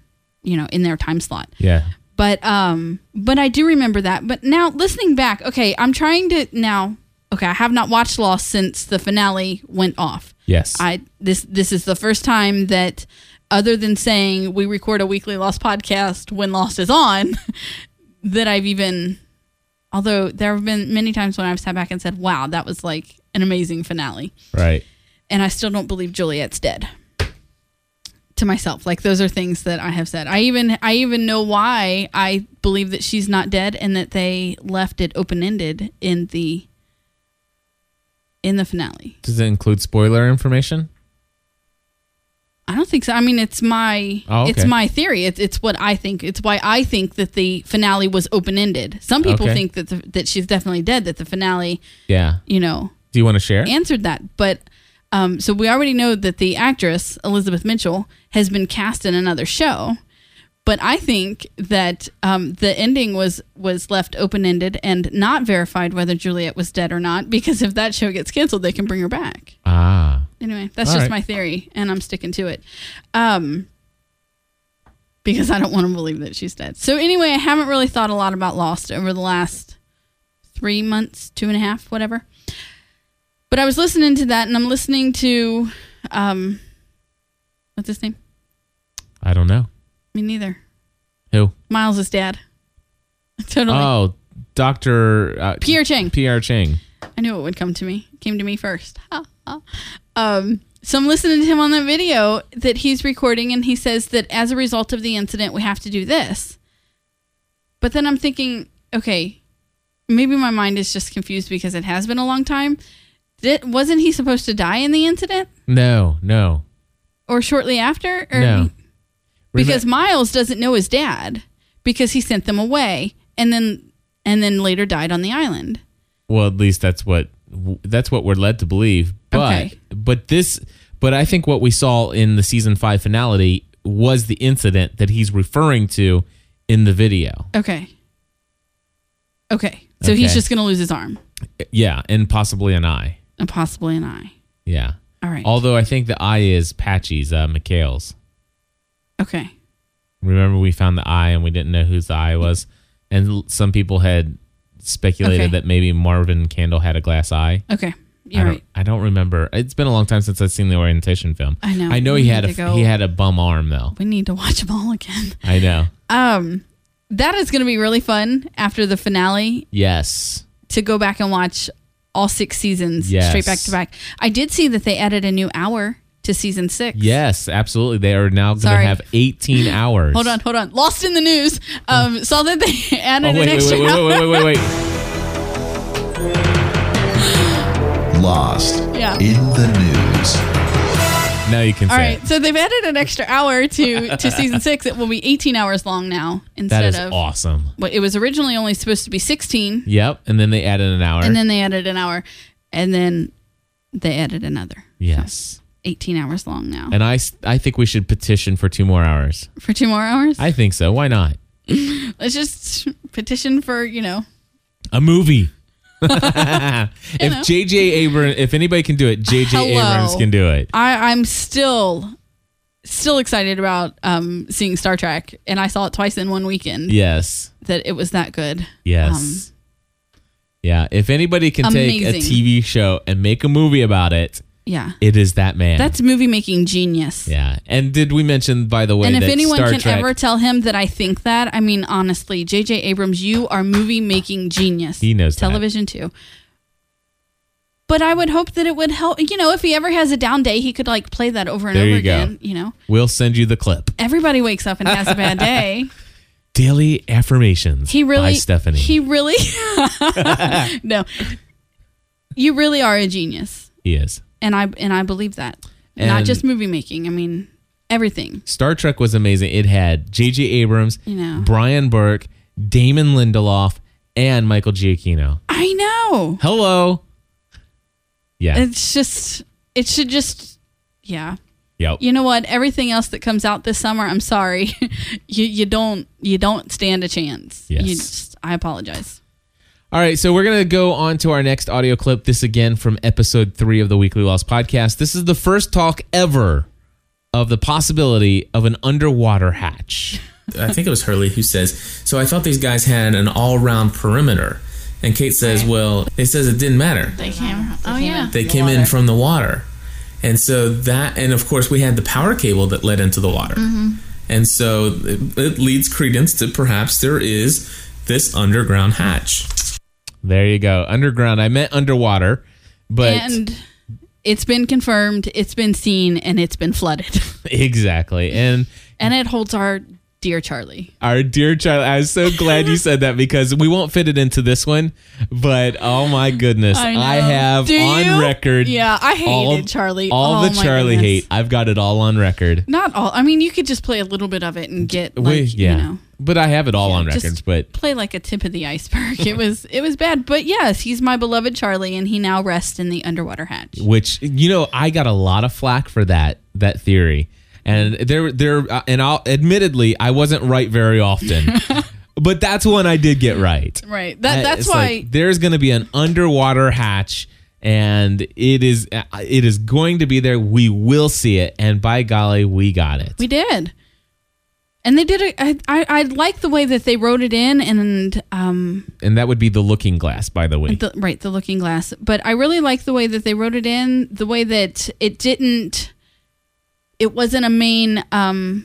[SPEAKER 7] you know, in their time slot.
[SPEAKER 1] Yeah.
[SPEAKER 7] But um but I do remember that. But now listening back, okay, I'm trying to now okay, I have not watched Lost since the finale went off.
[SPEAKER 1] Yes.
[SPEAKER 7] I this this is the first time that other than saying we record a weekly Lost podcast when Lost is on, that I've even although there have been many times when I've sat back and said, Wow, that was like an amazing finale.
[SPEAKER 1] Right.
[SPEAKER 7] And I still don't believe Juliet's dead to myself like those are things that i have said i even i even know why i believe that she's not dead and that they left it open-ended in the in the finale
[SPEAKER 1] Does it include spoiler information?
[SPEAKER 7] i don't think so i mean it's my
[SPEAKER 1] Oh, okay.
[SPEAKER 7] it's my theory it's, it's what i think it's why i think that the finale was open-ended some people
[SPEAKER 1] Okay.
[SPEAKER 7] think that the, that she's definitely dead that the finale
[SPEAKER 1] Yeah.
[SPEAKER 7] you know
[SPEAKER 1] Do you want to share?
[SPEAKER 7] answered that. But um, so we already know that the actress Elizabeth Mitchell has been cast in another show. But I think that um, the ending was was left open ended and not verified whether Juliet was dead or not. Because if that show gets canceled, they can bring her back.
[SPEAKER 1] ah.
[SPEAKER 7] Anyway, that's
[SPEAKER 1] All
[SPEAKER 7] just
[SPEAKER 1] right.
[SPEAKER 7] my theory, and I'm sticking to it. Um, because I don't want to believe that she's dead. So anyway, I haven't really thought a lot about Lost over the last three months, two and a half, whatever. But I was listening to that, and I'm listening to, um, what's his name?
[SPEAKER 1] I don't know.
[SPEAKER 7] Me neither.
[SPEAKER 1] Who?
[SPEAKER 7] Miles' dad. Totally.
[SPEAKER 1] Oh, Dr. Uh,
[SPEAKER 7] Pierre Chang.
[SPEAKER 1] Pierre Chang.
[SPEAKER 7] I knew it would come to me. It came to me first. Ha, ha. um, so I'm listening to him on that video that he's recording, and he says that as a result of the incident, we have to do this. But then I'm thinking, okay, maybe my mind is just confused because it has been a long time. Did, wasn't he supposed to die in the incident
[SPEAKER 1] No, no,
[SPEAKER 7] or shortly after? Or
[SPEAKER 1] no.
[SPEAKER 7] Er, because Miles doesn't know his dad because he sent them away and then and then later died on the island.
[SPEAKER 1] Well, at least that's what that's what we're led to believe. But
[SPEAKER 7] Okay.
[SPEAKER 1] but this but I think what we saw in the season 5 finality was the incident that he's referring to in the video.
[SPEAKER 7] Okay. Okay. So he's
[SPEAKER 1] Okay.
[SPEAKER 7] just going to lose his arm
[SPEAKER 1] Yeah, and possibly an eye.
[SPEAKER 7] and possibly an eye.
[SPEAKER 1] Yeah.
[SPEAKER 7] All right.
[SPEAKER 1] Although I think the eye is Patchy's, uh, Mikhail's.
[SPEAKER 7] Okay.
[SPEAKER 1] Remember, we found the eye and we didn't know whose the eye was, and l- some people had speculated
[SPEAKER 7] Okay.
[SPEAKER 1] that maybe Marvin Candle had a glass eye.
[SPEAKER 7] Okay.
[SPEAKER 1] I
[SPEAKER 7] You're
[SPEAKER 1] don't,
[SPEAKER 7] right.
[SPEAKER 1] I don't remember. It's been a long time since I've seen the orientation film.
[SPEAKER 7] I know.
[SPEAKER 1] I know
[SPEAKER 7] We
[SPEAKER 1] he
[SPEAKER 7] need
[SPEAKER 1] had a
[SPEAKER 7] to go-
[SPEAKER 1] he had a bum arm though.
[SPEAKER 7] We need to watch them all again.
[SPEAKER 1] I know.
[SPEAKER 7] Um that is going to be really fun after the finale
[SPEAKER 1] Yes.
[SPEAKER 7] to go back and watch all six seasons
[SPEAKER 1] Yes.
[SPEAKER 7] straight back to back. I did see that they added a new hour to season 6.
[SPEAKER 1] Yes, absolutely. They are now going to
[SPEAKER 7] Sorry.
[SPEAKER 1] have 18 hours.
[SPEAKER 7] Hold on, hold on. Lost in the news. Um, saw that they added
[SPEAKER 1] Oh,
[SPEAKER 7] an
[SPEAKER 1] wait, wait,
[SPEAKER 7] extra
[SPEAKER 1] wait, wait,
[SPEAKER 7] hour.
[SPEAKER 1] wait, wait, wait, wait.
[SPEAKER 6] Lost
[SPEAKER 7] Yeah.
[SPEAKER 6] in the news.
[SPEAKER 1] Now you can
[SPEAKER 7] All
[SPEAKER 1] say
[SPEAKER 7] right,
[SPEAKER 1] it.
[SPEAKER 7] so they've added an extra hour to to season six. It will be 18 hours long now instead
[SPEAKER 1] That is
[SPEAKER 7] of.
[SPEAKER 1] awesome.
[SPEAKER 7] Well, it was originally only supposed to be 16,
[SPEAKER 1] Yep. And then they added an hour.
[SPEAKER 7] and then they added an hour, and then they added another
[SPEAKER 1] yes.
[SPEAKER 7] 18 hours long now
[SPEAKER 1] And I, s- I think we should petition for two more hours.
[SPEAKER 7] for two more hours.
[SPEAKER 1] I think so. Why not?
[SPEAKER 7] Let's just petition for you know
[SPEAKER 1] A movie. if J.J. Abrams, if anybody can do it, J.J.
[SPEAKER 7] Hello.
[SPEAKER 1] Abrams can do it.
[SPEAKER 7] I, I'm still still excited about um, seeing Star Trek, and I saw it twice in one weekend.
[SPEAKER 1] Yes.
[SPEAKER 7] that it was that good. Um,
[SPEAKER 1] Yes. yeah. If anybody can take a
[SPEAKER 7] Amazing.
[SPEAKER 1] TV show and make a movie about it,
[SPEAKER 7] yeah,
[SPEAKER 1] it is that man.
[SPEAKER 7] that's movie making genius.
[SPEAKER 1] yeah. And did we mention, by the way,
[SPEAKER 7] and if
[SPEAKER 1] that
[SPEAKER 7] anyone
[SPEAKER 1] Star
[SPEAKER 7] can
[SPEAKER 1] Trek,
[SPEAKER 7] ever tell him that I think that, I mean, honestly, J.J. Abrams, you are movie making genius.
[SPEAKER 1] He knows that.
[SPEAKER 7] television too. But I would hope that it would help. You know, if he ever has a down day, he could like play that over and
[SPEAKER 1] There
[SPEAKER 7] over
[SPEAKER 1] you go.
[SPEAKER 7] again. You know,
[SPEAKER 1] we'll send you the clip.
[SPEAKER 7] everybody wakes up and has a bad day.
[SPEAKER 1] Daily affirmations.
[SPEAKER 7] He really,
[SPEAKER 1] by Stephanie.
[SPEAKER 7] He really, no. You really are a genius,
[SPEAKER 1] he is.
[SPEAKER 7] and I and I believe that. Not
[SPEAKER 1] And-
[SPEAKER 7] just movie making. I mean, everything.
[SPEAKER 1] Star Trek was amazing. It had J.J. Abrams,
[SPEAKER 7] You know.
[SPEAKER 1] Brian Burke, Damon Lindelof, and Michael Giacchino.
[SPEAKER 7] I know.
[SPEAKER 1] Hello. Yeah.
[SPEAKER 7] It's just. It should just. Yeah.
[SPEAKER 1] yep.
[SPEAKER 7] You know what? Everything else that comes out this summer, I'm sorry, you you don't you don't stand a chance.
[SPEAKER 1] Yes.
[SPEAKER 7] You just, I apologize.
[SPEAKER 1] All right, so we're going to go on to our next audio clip. This again from episode three of the Weekly Lost podcast. This is the first talk ever of the possibility of an underwater hatch.
[SPEAKER 11] I think it was Hurley who says, So I thought these guys had an all round perimeter. And Kate says, Well, it says it didn't matter.
[SPEAKER 10] They came. Oh yeah.
[SPEAKER 11] They came in from the water. And so that, and of course, we had the power cable that led into the water.
[SPEAKER 7] Mm-hmm.
[SPEAKER 10] Mhm.
[SPEAKER 11] And so it, it leads credence to perhaps there is this underground hatch.
[SPEAKER 1] There you go. Underground. I meant underwater, but
[SPEAKER 7] and it's been confirmed, it's been seen, and it's been flooded,
[SPEAKER 1] exactly. And
[SPEAKER 7] and it holds our dear Charlie.
[SPEAKER 1] our dear child, I was so glad you said that because we won't fit it into this one, but oh my goodness. I,
[SPEAKER 7] know.
[SPEAKER 1] have
[SPEAKER 7] Do
[SPEAKER 1] on
[SPEAKER 7] you?
[SPEAKER 1] record.
[SPEAKER 7] Yeah, I hated Charlie.
[SPEAKER 1] All
[SPEAKER 7] Oh,
[SPEAKER 1] the
[SPEAKER 7] my
[SPEAKER 1] Charlie
[SPEAKER 7] goodness.
[SPEAKER 1] hate. I've got it all on record.
[SPEAKER 7] Not all. I mean, you could just play a little bit of it and get like
[SPEAKER 1] we, yeah.
[SPEAKER 7] you know
[SPEAKER 1] but I have it all on
[SPEAKER 7] just-
[SPEAKER 1] record. But
[SPEAKER 7] play like a tip of the iceberg. it was it was bad, but yes, he's my beloved Charlie, and he now rests in the underwater hatch.
[SPEAKER 1] which you know, I got a lot of flack for that that theory, and there there uh, and I'll admittedly I wasn't right very often, but that's one I did get right.
[SPEAKER 7] Right. That
[SPEAKER 1] I-
[SPEAKER 7] that's
[SPEAKER 1] it's
[SPEAKER 7] why.
[SPEAKER 1] like, there's going to be an underwater hatch. And it is uh, it is going to be there. We will see it, and by golly, we got it.
[SPEAKER 7] We did. And they did. A, I, I I like the way that they wrote it in, and um,
[SPEAKER 1] And that would be the Looking Glass, by the way.
[SPEAKER 7] the, right the Looking Glass. But I really like the way that they wrote it in. The way that it didn't. It wasn't a main um,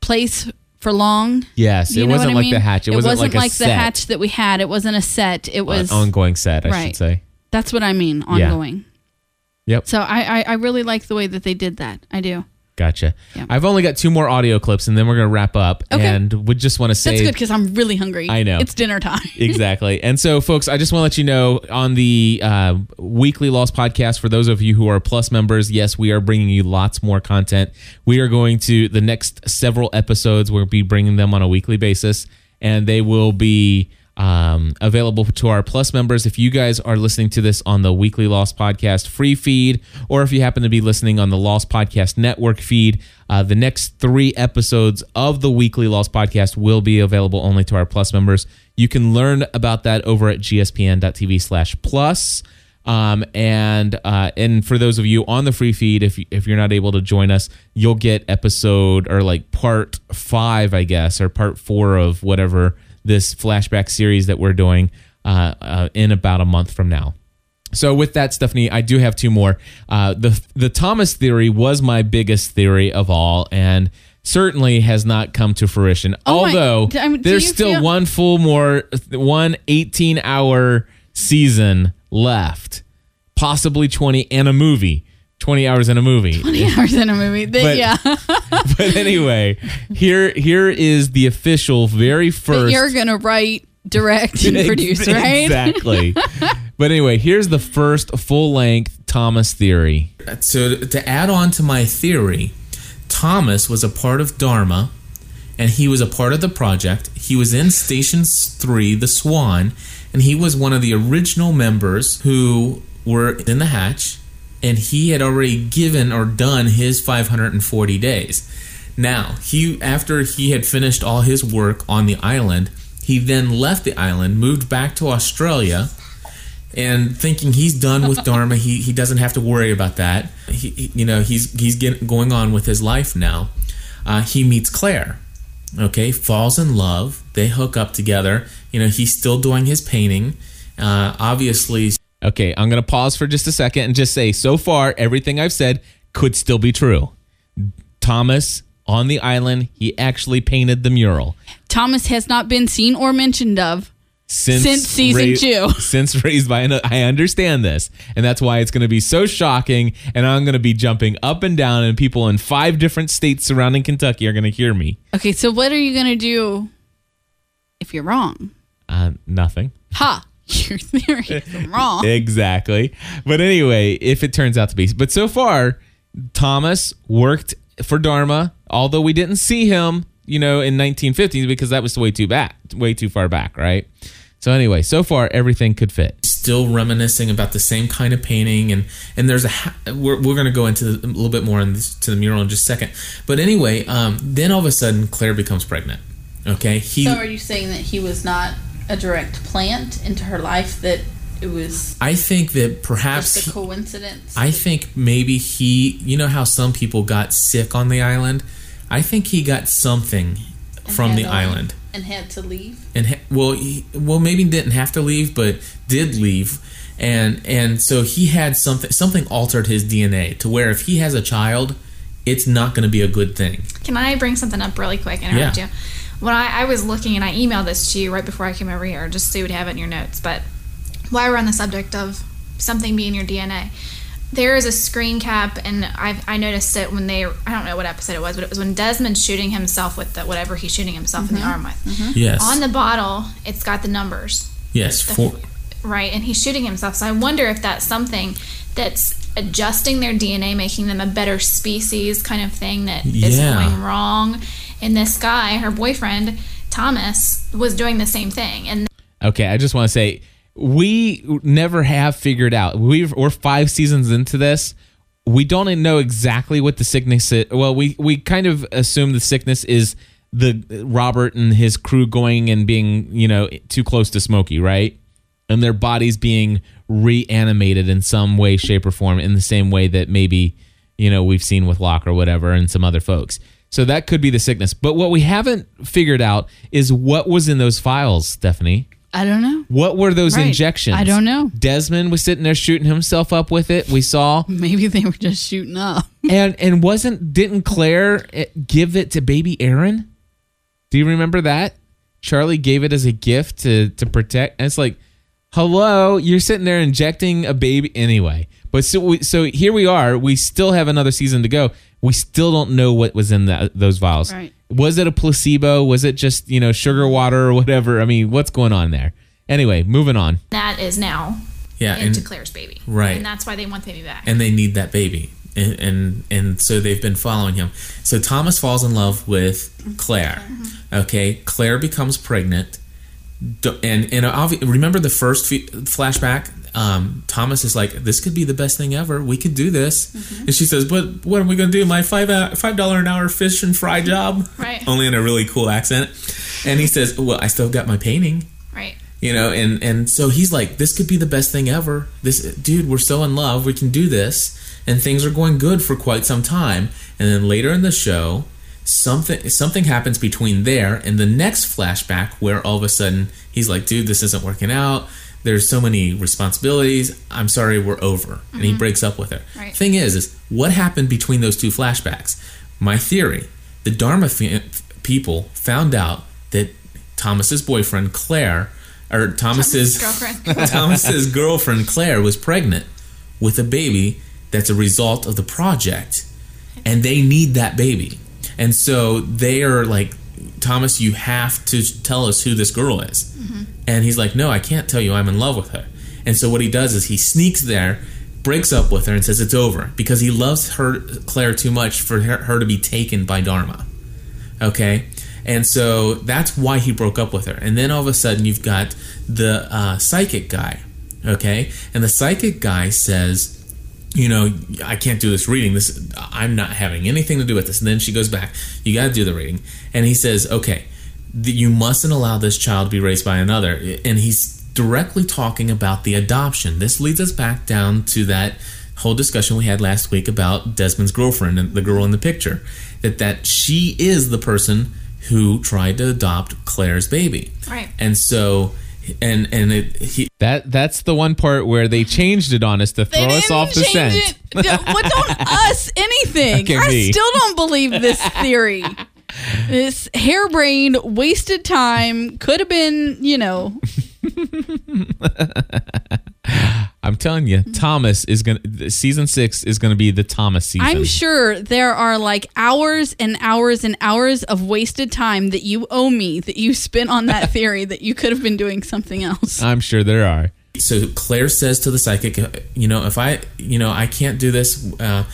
[SPEAKER 7] place for long.
[SPEAKER 1] Yes,
[SPEAKER 7] You
[SPEAKER 1] it
[SPEAKER 7] know what
[SPEAKER 1] wasn't
[SPEAKER 7] I
[SPEAKER 1] like
[SPEAKER 7] mean?
[SPEAKER 1] the hatch. It, wasn't, like, a
[SPEAKER 7] the
[SPEAKER 1] set,
[SPEAKER 7] hatch that we had. It wasn't a set. It was
[SPEAKER 1] an ongoing set, I
[SPEAKER 7] Right.
[SPEAKER 1] should say.
[SPEAKER 7] That's what I mean.
[SPEAKER 1] Yeah.
[SPEAKER 7] Ongoing.
[SPEAKER 1] Yep.
[SPEAKER 7] So I, I I really like the way that they did that. I do.
[SPEAKER 1] Gotcha.
[SPEAKER 7] Yeah.
[SPEAKER 1] I've only got two more audio clips, and then we're gonna wrap up.
[SPEAKER 7] Okay.
[SPEAKER 1] And we just want to say
[SPEAKER 7] That's good because I'm really hungry.
[SPEAKER 1] I know.
[SPEAKER 7] it's dinner time.
[SPEAKER 1] exactly. And so, folks, I just want to let you know on the uh, weekly Lost podcast, for those of you who are Plus members, yes, we are bringing you lots more content. We are going to, the next several episodes, we'll be bringing them on a weekly basis, and they will be um, available to our Plus members. If you guys are listening to this on the weekly Lost podcast free feed, or if you happen to be listening on the Lost Podcast Network feed, uh, the next three episodes of the weekly Lost podcast will be available only to our Plus members. You can learn about that over at gspn.tv slash plus. Um, and uh, and for those of you on the free feed, if, you- if you're not able to join us, you'll get episode or like part five, I guess, or part four of whatever this flashback series that we're doing uh, uh, in about a month from now. So with that, Stephanie, I do have two more. Uh, the the Thomas theory was my biggest theory of all, and certainly has not come to fruition.
[SPEAKER 7] Oh my-
[SPEAKER 1] Although
[SPEAKER 7] do- I mean, do
[SPEAKER 1] there's
[SPEAKER 7] you
[SPEAKER 1] still
[SPEAKER 7] feel-
[SPEAKER 1] one full more one 18 hour season left, possibly 20 and a movie, 20 hours and a movie.
[SPEAKER 7] 20 hours in a movie. They-
[SPEAKER 1] But-
[SPEAKER 7] yeah.
[SPEAKER 1] but anyway, here here is the official very
[SPEAKER 7] But
[SPEAKER 1] first
[SPEAKER 7] you're going to write, direct, and produce, right?
[SPEAKER 1] Exactly.
[SPEAKER 15] But anyway, here's the first full length Thomas theory.
[SPEAKER 1] So to add on to my theory, Thomas was a part of Dharma, and he was a part of the project. He was in Station Three, the Swan, and he was one of the original members who were in the hatch, and he had already given or done his 540 days. Now he, after he had finished all his work on the island, he then left the island, moved back to Australia and thinking he's done with Dharma, he, he doesn't have to worry about that. He, he- you know, he's he's get, going on with his life now. Uh, he meets Claire, okay, falls in love. They hook up together. You know, he's still doing his painting. Uh, obviously,
[SPEAKER 15] Okay, I'm going to pause for just a second and just say so far, everything I've said could still be true. Thomas on the island, he actually painted the mural
[SPEAKER 7] Thomas has not been seen or mentioned of
[SPEAKER 15] since,
[SPEAKER 7] Since season two.
[SPEAKER 15] Since raised by another. I understand this. And that's why it's going to be so shocking. And I'm going to be jumping up and down, and people in five different states surrounding Kentucky are going to hear me.
[SPEAKER 7] Okay, so what are you going to do if you're wrong?
[SPEAKER 15] Uh, nothing.
[SPEAKER 7] Ha! Your theory is wrong.
[SPEAKER 15] Exactly. But anyway, if it turns out to be, but so far, Thomas worked for Dharma, although we didn't see him, you know, in 1950s because that was way too back, way too far back, right? So anyway, so far everything could fit.
[SPEAKER 1] still reminiscing about the same kind of painting and and there's a ha- we're, we're going to go into the, a little bit more into to the mural in just a second but anyway um, then all of a sudden claire becomes pregnant okay he
[SPEAKER 16] so are you saying that he was not a direct plant into her life? That it was
[SPEAKER 1] i think that perhaps
[SPEAKER 16] just a coincidence.
[SPEAKER 1] I think maybe he, you know how some people got sick on the island? I think he got something from
[SPEAKER 16] had
[SPEAKER 1] the
[SPEAKER 16] to-
[SPEAKER 1] island.
[SPEAKER 16] and had to leave.
[SPEAKER 1] And ha- well, he, well maybe didn't have to leave but did leave. And and so he had something something altered his DNA to where if he has a child, it's not going to be a good thing.
[SPEAKER 10] Can I bring something up really quick? and Interrupt
[SPEAKER 1] Yeah.
[SPEAKER 10] you. When I, I was looking and I emailed this to you right before I came over here, just so you would have it in your notes. But while we're on the subject of something being your DNA, there is a screen cap, and I've, I noticed it when they I don't know what episode it was, but it was when Desmond's shooting himself with the, whatever he's shooting himself in the arm with.
[SPEAKER 1] Yes.
[SPEAKER 10] Hmm? On the bottle, it's got the numbers.
[SPEAKER 1] Yes,
[SPEAKER 10] The-
[SPEAKER 1] for
[SPEAKER 10] Right, and he's shooting himself. So I wonder if that's something that's adjusting their DNA, making them a better species kind of thing that is
[SPEAKER 1] Yeah.
[SPEAKER 10] going wrong. And this guy, her boyfriend, Thomas, was doing the same thing. And
[SPEAKER 15] Okay, I just want to say we never have figured out. We've, we're five seasons into this. We don't even know exactly what the sickness is. Well, we we kind of assume the sickness is the Robert and his crew going and being you know too close to Smokey, right? And their bodies being reanimated in some way, shape, or form, in the same way that maybe you know we've seen with Locke or whatever, and some other folks. So that could be the sickness. But what we haven't figured out is what was in those files, Stephanie.
[SPEAKER 7] I don't know.
[SPEAKER 15] What were those
[SPEAKER 7] Right.
[SPEAKER 15] injections?
[SPEAKER 7] I don't know.
[SPEAKER 15] Desmond was sitting there shooting himself up with it. We saw.
[SPEAKER 7] Maybe they were just shooting up.
[SPEAKER 15] and and wasn't didn't Claire eh, give it to baby Aaron? Do you remember that? Charlie gave it as a gift to to protect. And it's like, hello, you're sitting there injecting a baby anyway. But so we, so here we are. We still have another season to go. We still don't know what was in that, those vials.
[SPEAKER 7] Right.
[SPEAKER 15] Was it a placebo? Was it just you know sugar water or whatever? I mean, what's going on there? Anyway, moving on.
[SPEAKER 10] that is now
[SPEAKER 1] Yeah,
[SPEAKER 10] into
[SPEAKER 1] and-
[SPEAKER 10] Claire's baby.
[SPEAKER 1] Right.
[SPEAKER 10] And that's why they want the baby back.
[SPEAKER 1] and they need that baby and, and and so they've been following him so thomas falls in love with claire
[SPEAKER 10] Mm-hmm.
[SPEAKER 1] okay claire becomes pregnant D- and and obvi- remember the first fe- flashback um, thomas is like this could be the best thing ever we could do this
[SPEAKER 10] Mm-hmm.
[SPEAKER 1] and she says but what am we going to do my five hou- five dollar an hour fish and fry job
[SPEAKER 10] Right.
[SPEAKER 1] only in a really cool accent and he says well i still got my painting
[SPEAKER 10] Right.
[SPEAKER 1] you know and and so he's like this could be the best thing ever this dude we're so in love we can do this and things are going good for quite some time and then later in the show something something happens between there and the next flashback where all of a sudden he's like dude this isn't working out there's so many responsibilities i'm sorry we're over and he
[SPEAKER 17] Mhm.
[SPEAKER 1] breaks up with her
[SPEAKER 17] Right.
[SPEAKER 1] thing is is what happened between those two flashbacks my theory the dharma fe- people found out that thomas's boyfriend claire or thomas's
[SPEAKER 10] Thomas's girlfriend.
[SPEAKER 1] thomas's girlfriend claire was pregnant with a baby that's a result of the project and they need that baby and so they are like thomas
[SPEAKER 10] Mm-hmm.
[SPEAKER 1] you have to tell us who this girl is and he's like, No, I can't tell you I'm in love with her. And so what he does is he sneaks there, breaks up with her, and says it's over because he loves her Claire too much for her, her to be taken by Dharma. Okay, and so that's why he broke up with her. And then all of a sudden you've got the uh, psychic guy. Okay, and the psychic guy says. You know, I can't do this reading. This I'm not having anything to do with this. And then she goes back. You got to do the reading. And he says, "Okay, that you mustn't allow this child to be raised by another. And he's directly talking about the adoption. This leads us back down to that whole discussion we had last week about Desmond's girlfriend and the girl in the picture. That that she is the person who tried to adopt Claire's baby.
[SPEAKER 18] Right.
[SPEAKER 1] And so and and it he
[SPEAKER 19] That that's the one part where they changed it on us to throw us off the
[SPEAKER 7] Change
[SPEAKER 19] scent.
[SPEAKER 7] it. D- What don't us anything?
[SPEAKER 19] Okay,
[SPEAKER 7] I
[SPEAKER 19] me.
[SPEAKER 7] still don't believe this theory. this harebrained, wasted time could have been, you know,
[SPEAKER 19] I'm telling you, Thomas is gonna season six is gonna be the Thomas season.
[SPEAKER 7] I'm sure there are like hours and hours and hours of wasted time that you owe me that you spent on that theory that you could have been doing something else.
[SPEAKER 19] I'm sure there are.
[SPEAKER 1] So Claire says to the psychic, you know, if I, you know, I can't do this, uh,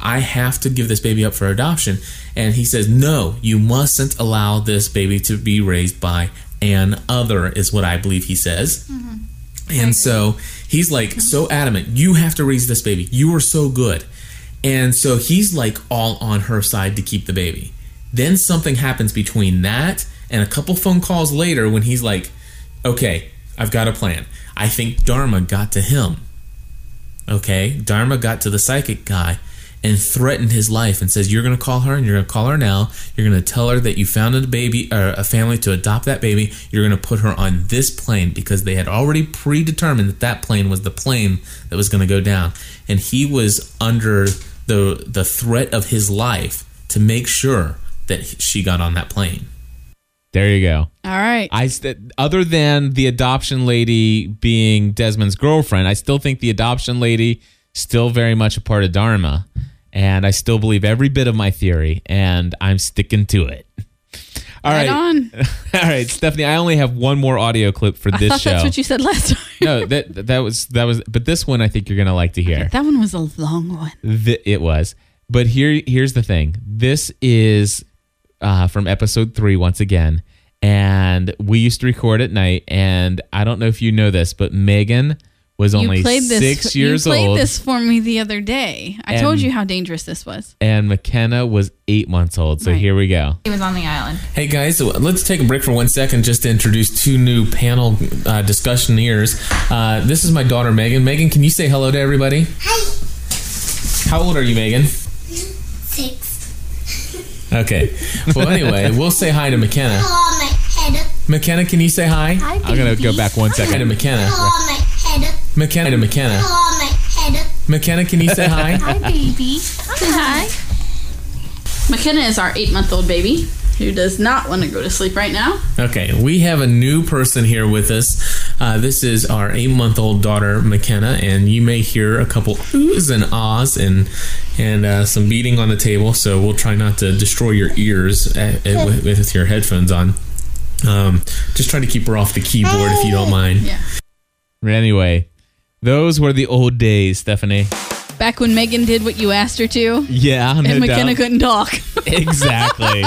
[SPEAKER 1] I have to give this baby up for adoption. And he says, no, you mustn't allow this baby to be raised by an other, is what I believe he says.
[SPEAKER 7] Mm-hmm.
[SPEAKER 1] And so he's like so adamant, you have to raise this baby. You are so good. And so he's like all on her side to keep the baby. Then something happens between that and a couple phone calls later when he's like, okay, I've got a plan. I think Dharma got to him. Okay, Dharma got to the psychic guy and threatened his life and says, "You're going to call her, and you're going to call her now. You're going to tell her that you found a baby or a family to adopt that baby. You're going to put her on this plane because they had already predetermined that that plane was the plane that was going to go down." And he was under the the threat of his life to make sure that he- she got on that plane.
[SPEAKER 19] There you go.
[SPEAKER 7] All right.
[SPEAKER 19] I st- other than the adoption lady being Desmond's girlfriend, I still think the adoption lady still very much a part of Dharma, and I still believe every bit of my theory, and I'm sticking to it. All right,
[SPEAKER 7] Right on.
[SPEAKER 19] all right, Stephanie. I only have one more audio clip for
[SPEAKER 7] I
[SPEAKER 19] this
[SPEAKER 7] thought
[SPEAKER 19] show.
[SPEAKER 7] that's what you said last time.
[SPEAKER 19] no, that that was that was, but this one I think you're gonna like to hear.
[SPEAKER 7] That one was a long one.
[SPEAKER 19] Th- it was. But here, here's the thing. This is uh, from episode three once again, and we used to record at night. And I don't know if you know this, but Megan was only
[SPEAKER 7] you played this.
[SPEAKER 19] six years
[SPEAKER 7] you played
[SPEAKER 19] old,
[SPEAKER 7] this for me the other day. I told
[SPEAKER 19] And-
[SPEAKER 7] you how dangerous this was.
[SPEAKER 19] and McKenna was eight months old. So
[SPEAKER 7] Right.
[SPEAKER 19] here we go.
[SPEAKER 18] He was on the island.
[SPEAKER 1] Hey guys, so let's take a break for one second just to introduce two new panel uh, discussioneers. Uh, this is my daughter Megan. Megan, can you say hello to everybody? Hi. How old are you, Megan?
[SPEAKER 10] Six.
[SPEAKER 1] Okay. Well, anyway, we'll say hi to McKenna.
[SPEAKER 10] Hello, my head.
[SPEAKER 1] McKenna, can you say hi?
[SPEAKER 10] Hi, I'm gonna
[SPEAKER 1] go back one second. Hi to McKenna.
[SPEAKER 10] Hello, my head.
[SPEAKER 1] McKenna to McKenna.
[SPEAKER 10] Hello, my head.
[SPEAKER 1] McKenna, can you say hi?
[SPEAKER 20] baby.
[SPEAKER 7] Hi.
[SPEAKER 20] McKenna is our eight month old baby who does not want to go to sleep right now.
[SPEAKER 1] Okay, we have a new person here with us. Uh, this is our eight-month-old daughter McKenna, and you may hear a couple oohs and ahs and and uh, some beating on the table. So we'll try not to destroy your ears uh uh, with, with your headphones on. Um, just try to keep her off the keyboard if you don't mind.
[SPEAKER 7] Yeah.
[SPEAKER 19] Anyway, those were the old days, Stephanie.
[SPEAKER 7] Back when Megan did what you asked her to,
[SPEAKER 19] Yeah, no
[SPEAKER 7] and McKenna
[SPEAKER 19] doubt.
[SPEAKER 7] couldn't talk.
[SPEAKER 19] exactly.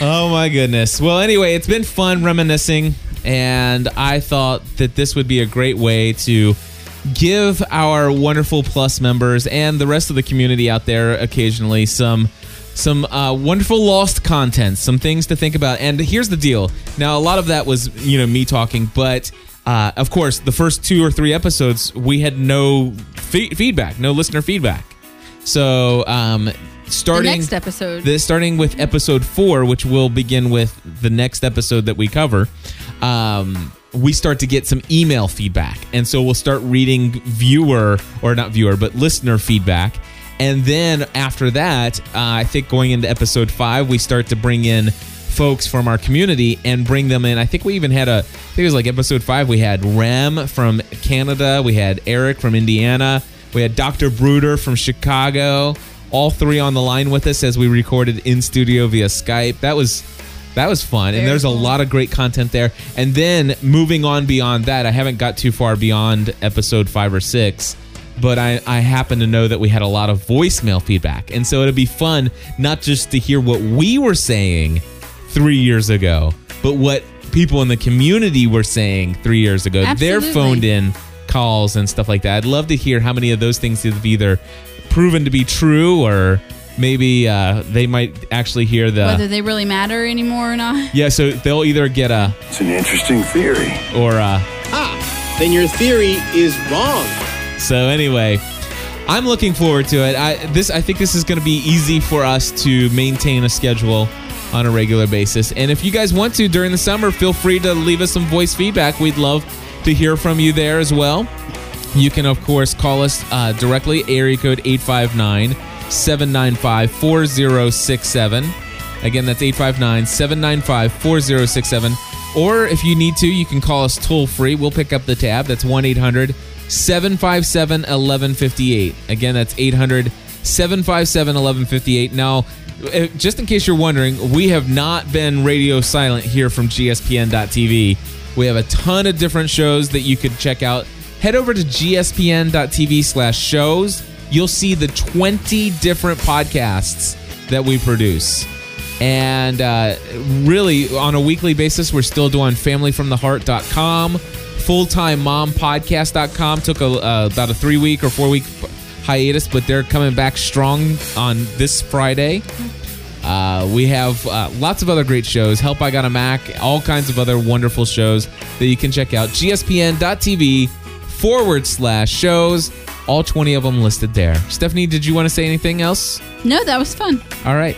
[SPEAKER 19] oh my goodness. Well, anyway, it's been fun reminiscing, and I thought that this would be a great way to give our wonderful Plus members and the rest of the community out there occasionally some some uh, wonderful lost content, some things to think about. And here's the deal. Now, a lot of that was you know me talking, but. Uh, of course, the first two or three episodes, we had no fe- feedback, no listener feedback. So, um, starting
[SPEAKER 7] next episode.
[SPEAKER 19] the- starting with episode four, which will begin with the next episode that we cover, um, we start to get some email feedback. And so we'll start reading viewer, or not viewer, but listener feedback. And then after that, uh, I think going into episode five, we start to bring in folks from our community and bring them in. I think we even had a, I think it was like episode five, we had Ram from Canada, we had Eric from Indiana, we had Dr. Bruder from Chicago all three on the line with us as we recorded in studio via Skype. That was
[SPEAKER 1] That was fun.
[SPEAKER 7] Very
[SPEAKER 1] and there's a
[SPEAKER 7] cool.
[SPEAKER 1] lot of great content there. And then moving on beyond that, I haven't got too far beyond episode five or six, but I, I happen to know that we had a lot of voicemail feedback. And so it'd be fun not just to hear what we were saying three years ago, but what people in the community were saying three years ago. Their
[SPEAKER 7] Absolutely.
[SPEAKER 1] phoned in calls and stuff like that. I'd love to hear how many of those things have either proven to be true or maybe uh, they might actually hear
[SPEAKER 19] Uh.
[SPEAKER 1] the
[SPEAKER 7] Whether they really matter anymore or not.
[SPEAKER 1] yeah, so they'll either get a. It's an interesting theory. Or uh, a.
[SPEAKER 12] Then your theory is wrong.
[SPEAKER 1] So anyway, I'm looking forward to it. I this I think this is going to be easy for us to maintain a schedule on a regular basis. And if you guys want to during the summer, feel free to leave us some voice feedback. We'd love to hear from you there as well. You can of course call us uh, directly area code 859 795 4067. Again, that's 859 795 4067. Or if you need to, you can call us toll free. We'll pick up the tab. That's 1 800 757 1158. Again, that's 800 757 1158. Now, eh, just in case you're wondering, we have not been radio silent here from GSPN.TV. We have a ton of different shows that you could check out. Head over to gspn.tv slash shows. You'll see the 20 different podcasts that we produce. And uh, really, on a weekly basis, we're still doing familyfromtheheart.com, fulltimemompodcast.com. Took a, uh, about a three week or four week hiatus, but they're coming back strong on this Friday. Uh, we have uh, lots of other great shows Help I Got a Mac, all kinds of other wonderful shows that you can check out. GSPN.tv forward slash shows, all 20 of them listed there. Stephanie, did you want to say anything else?
[SPEAKER 7] No, that was fun.
[SPEAKER 1] All right.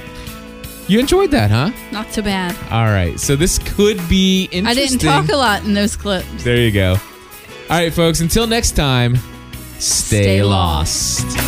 [SPEAKER 1] You enjoyed that, huh?
[SPEAKER 7] Not so bad.
[SPEAKER 1] All right. So this could be interesting.
[SPEAKER 7] I didn't talk a lot in those clips.
[SPEAKER 1] There you go. All right, folks. Until next time, stay, lost.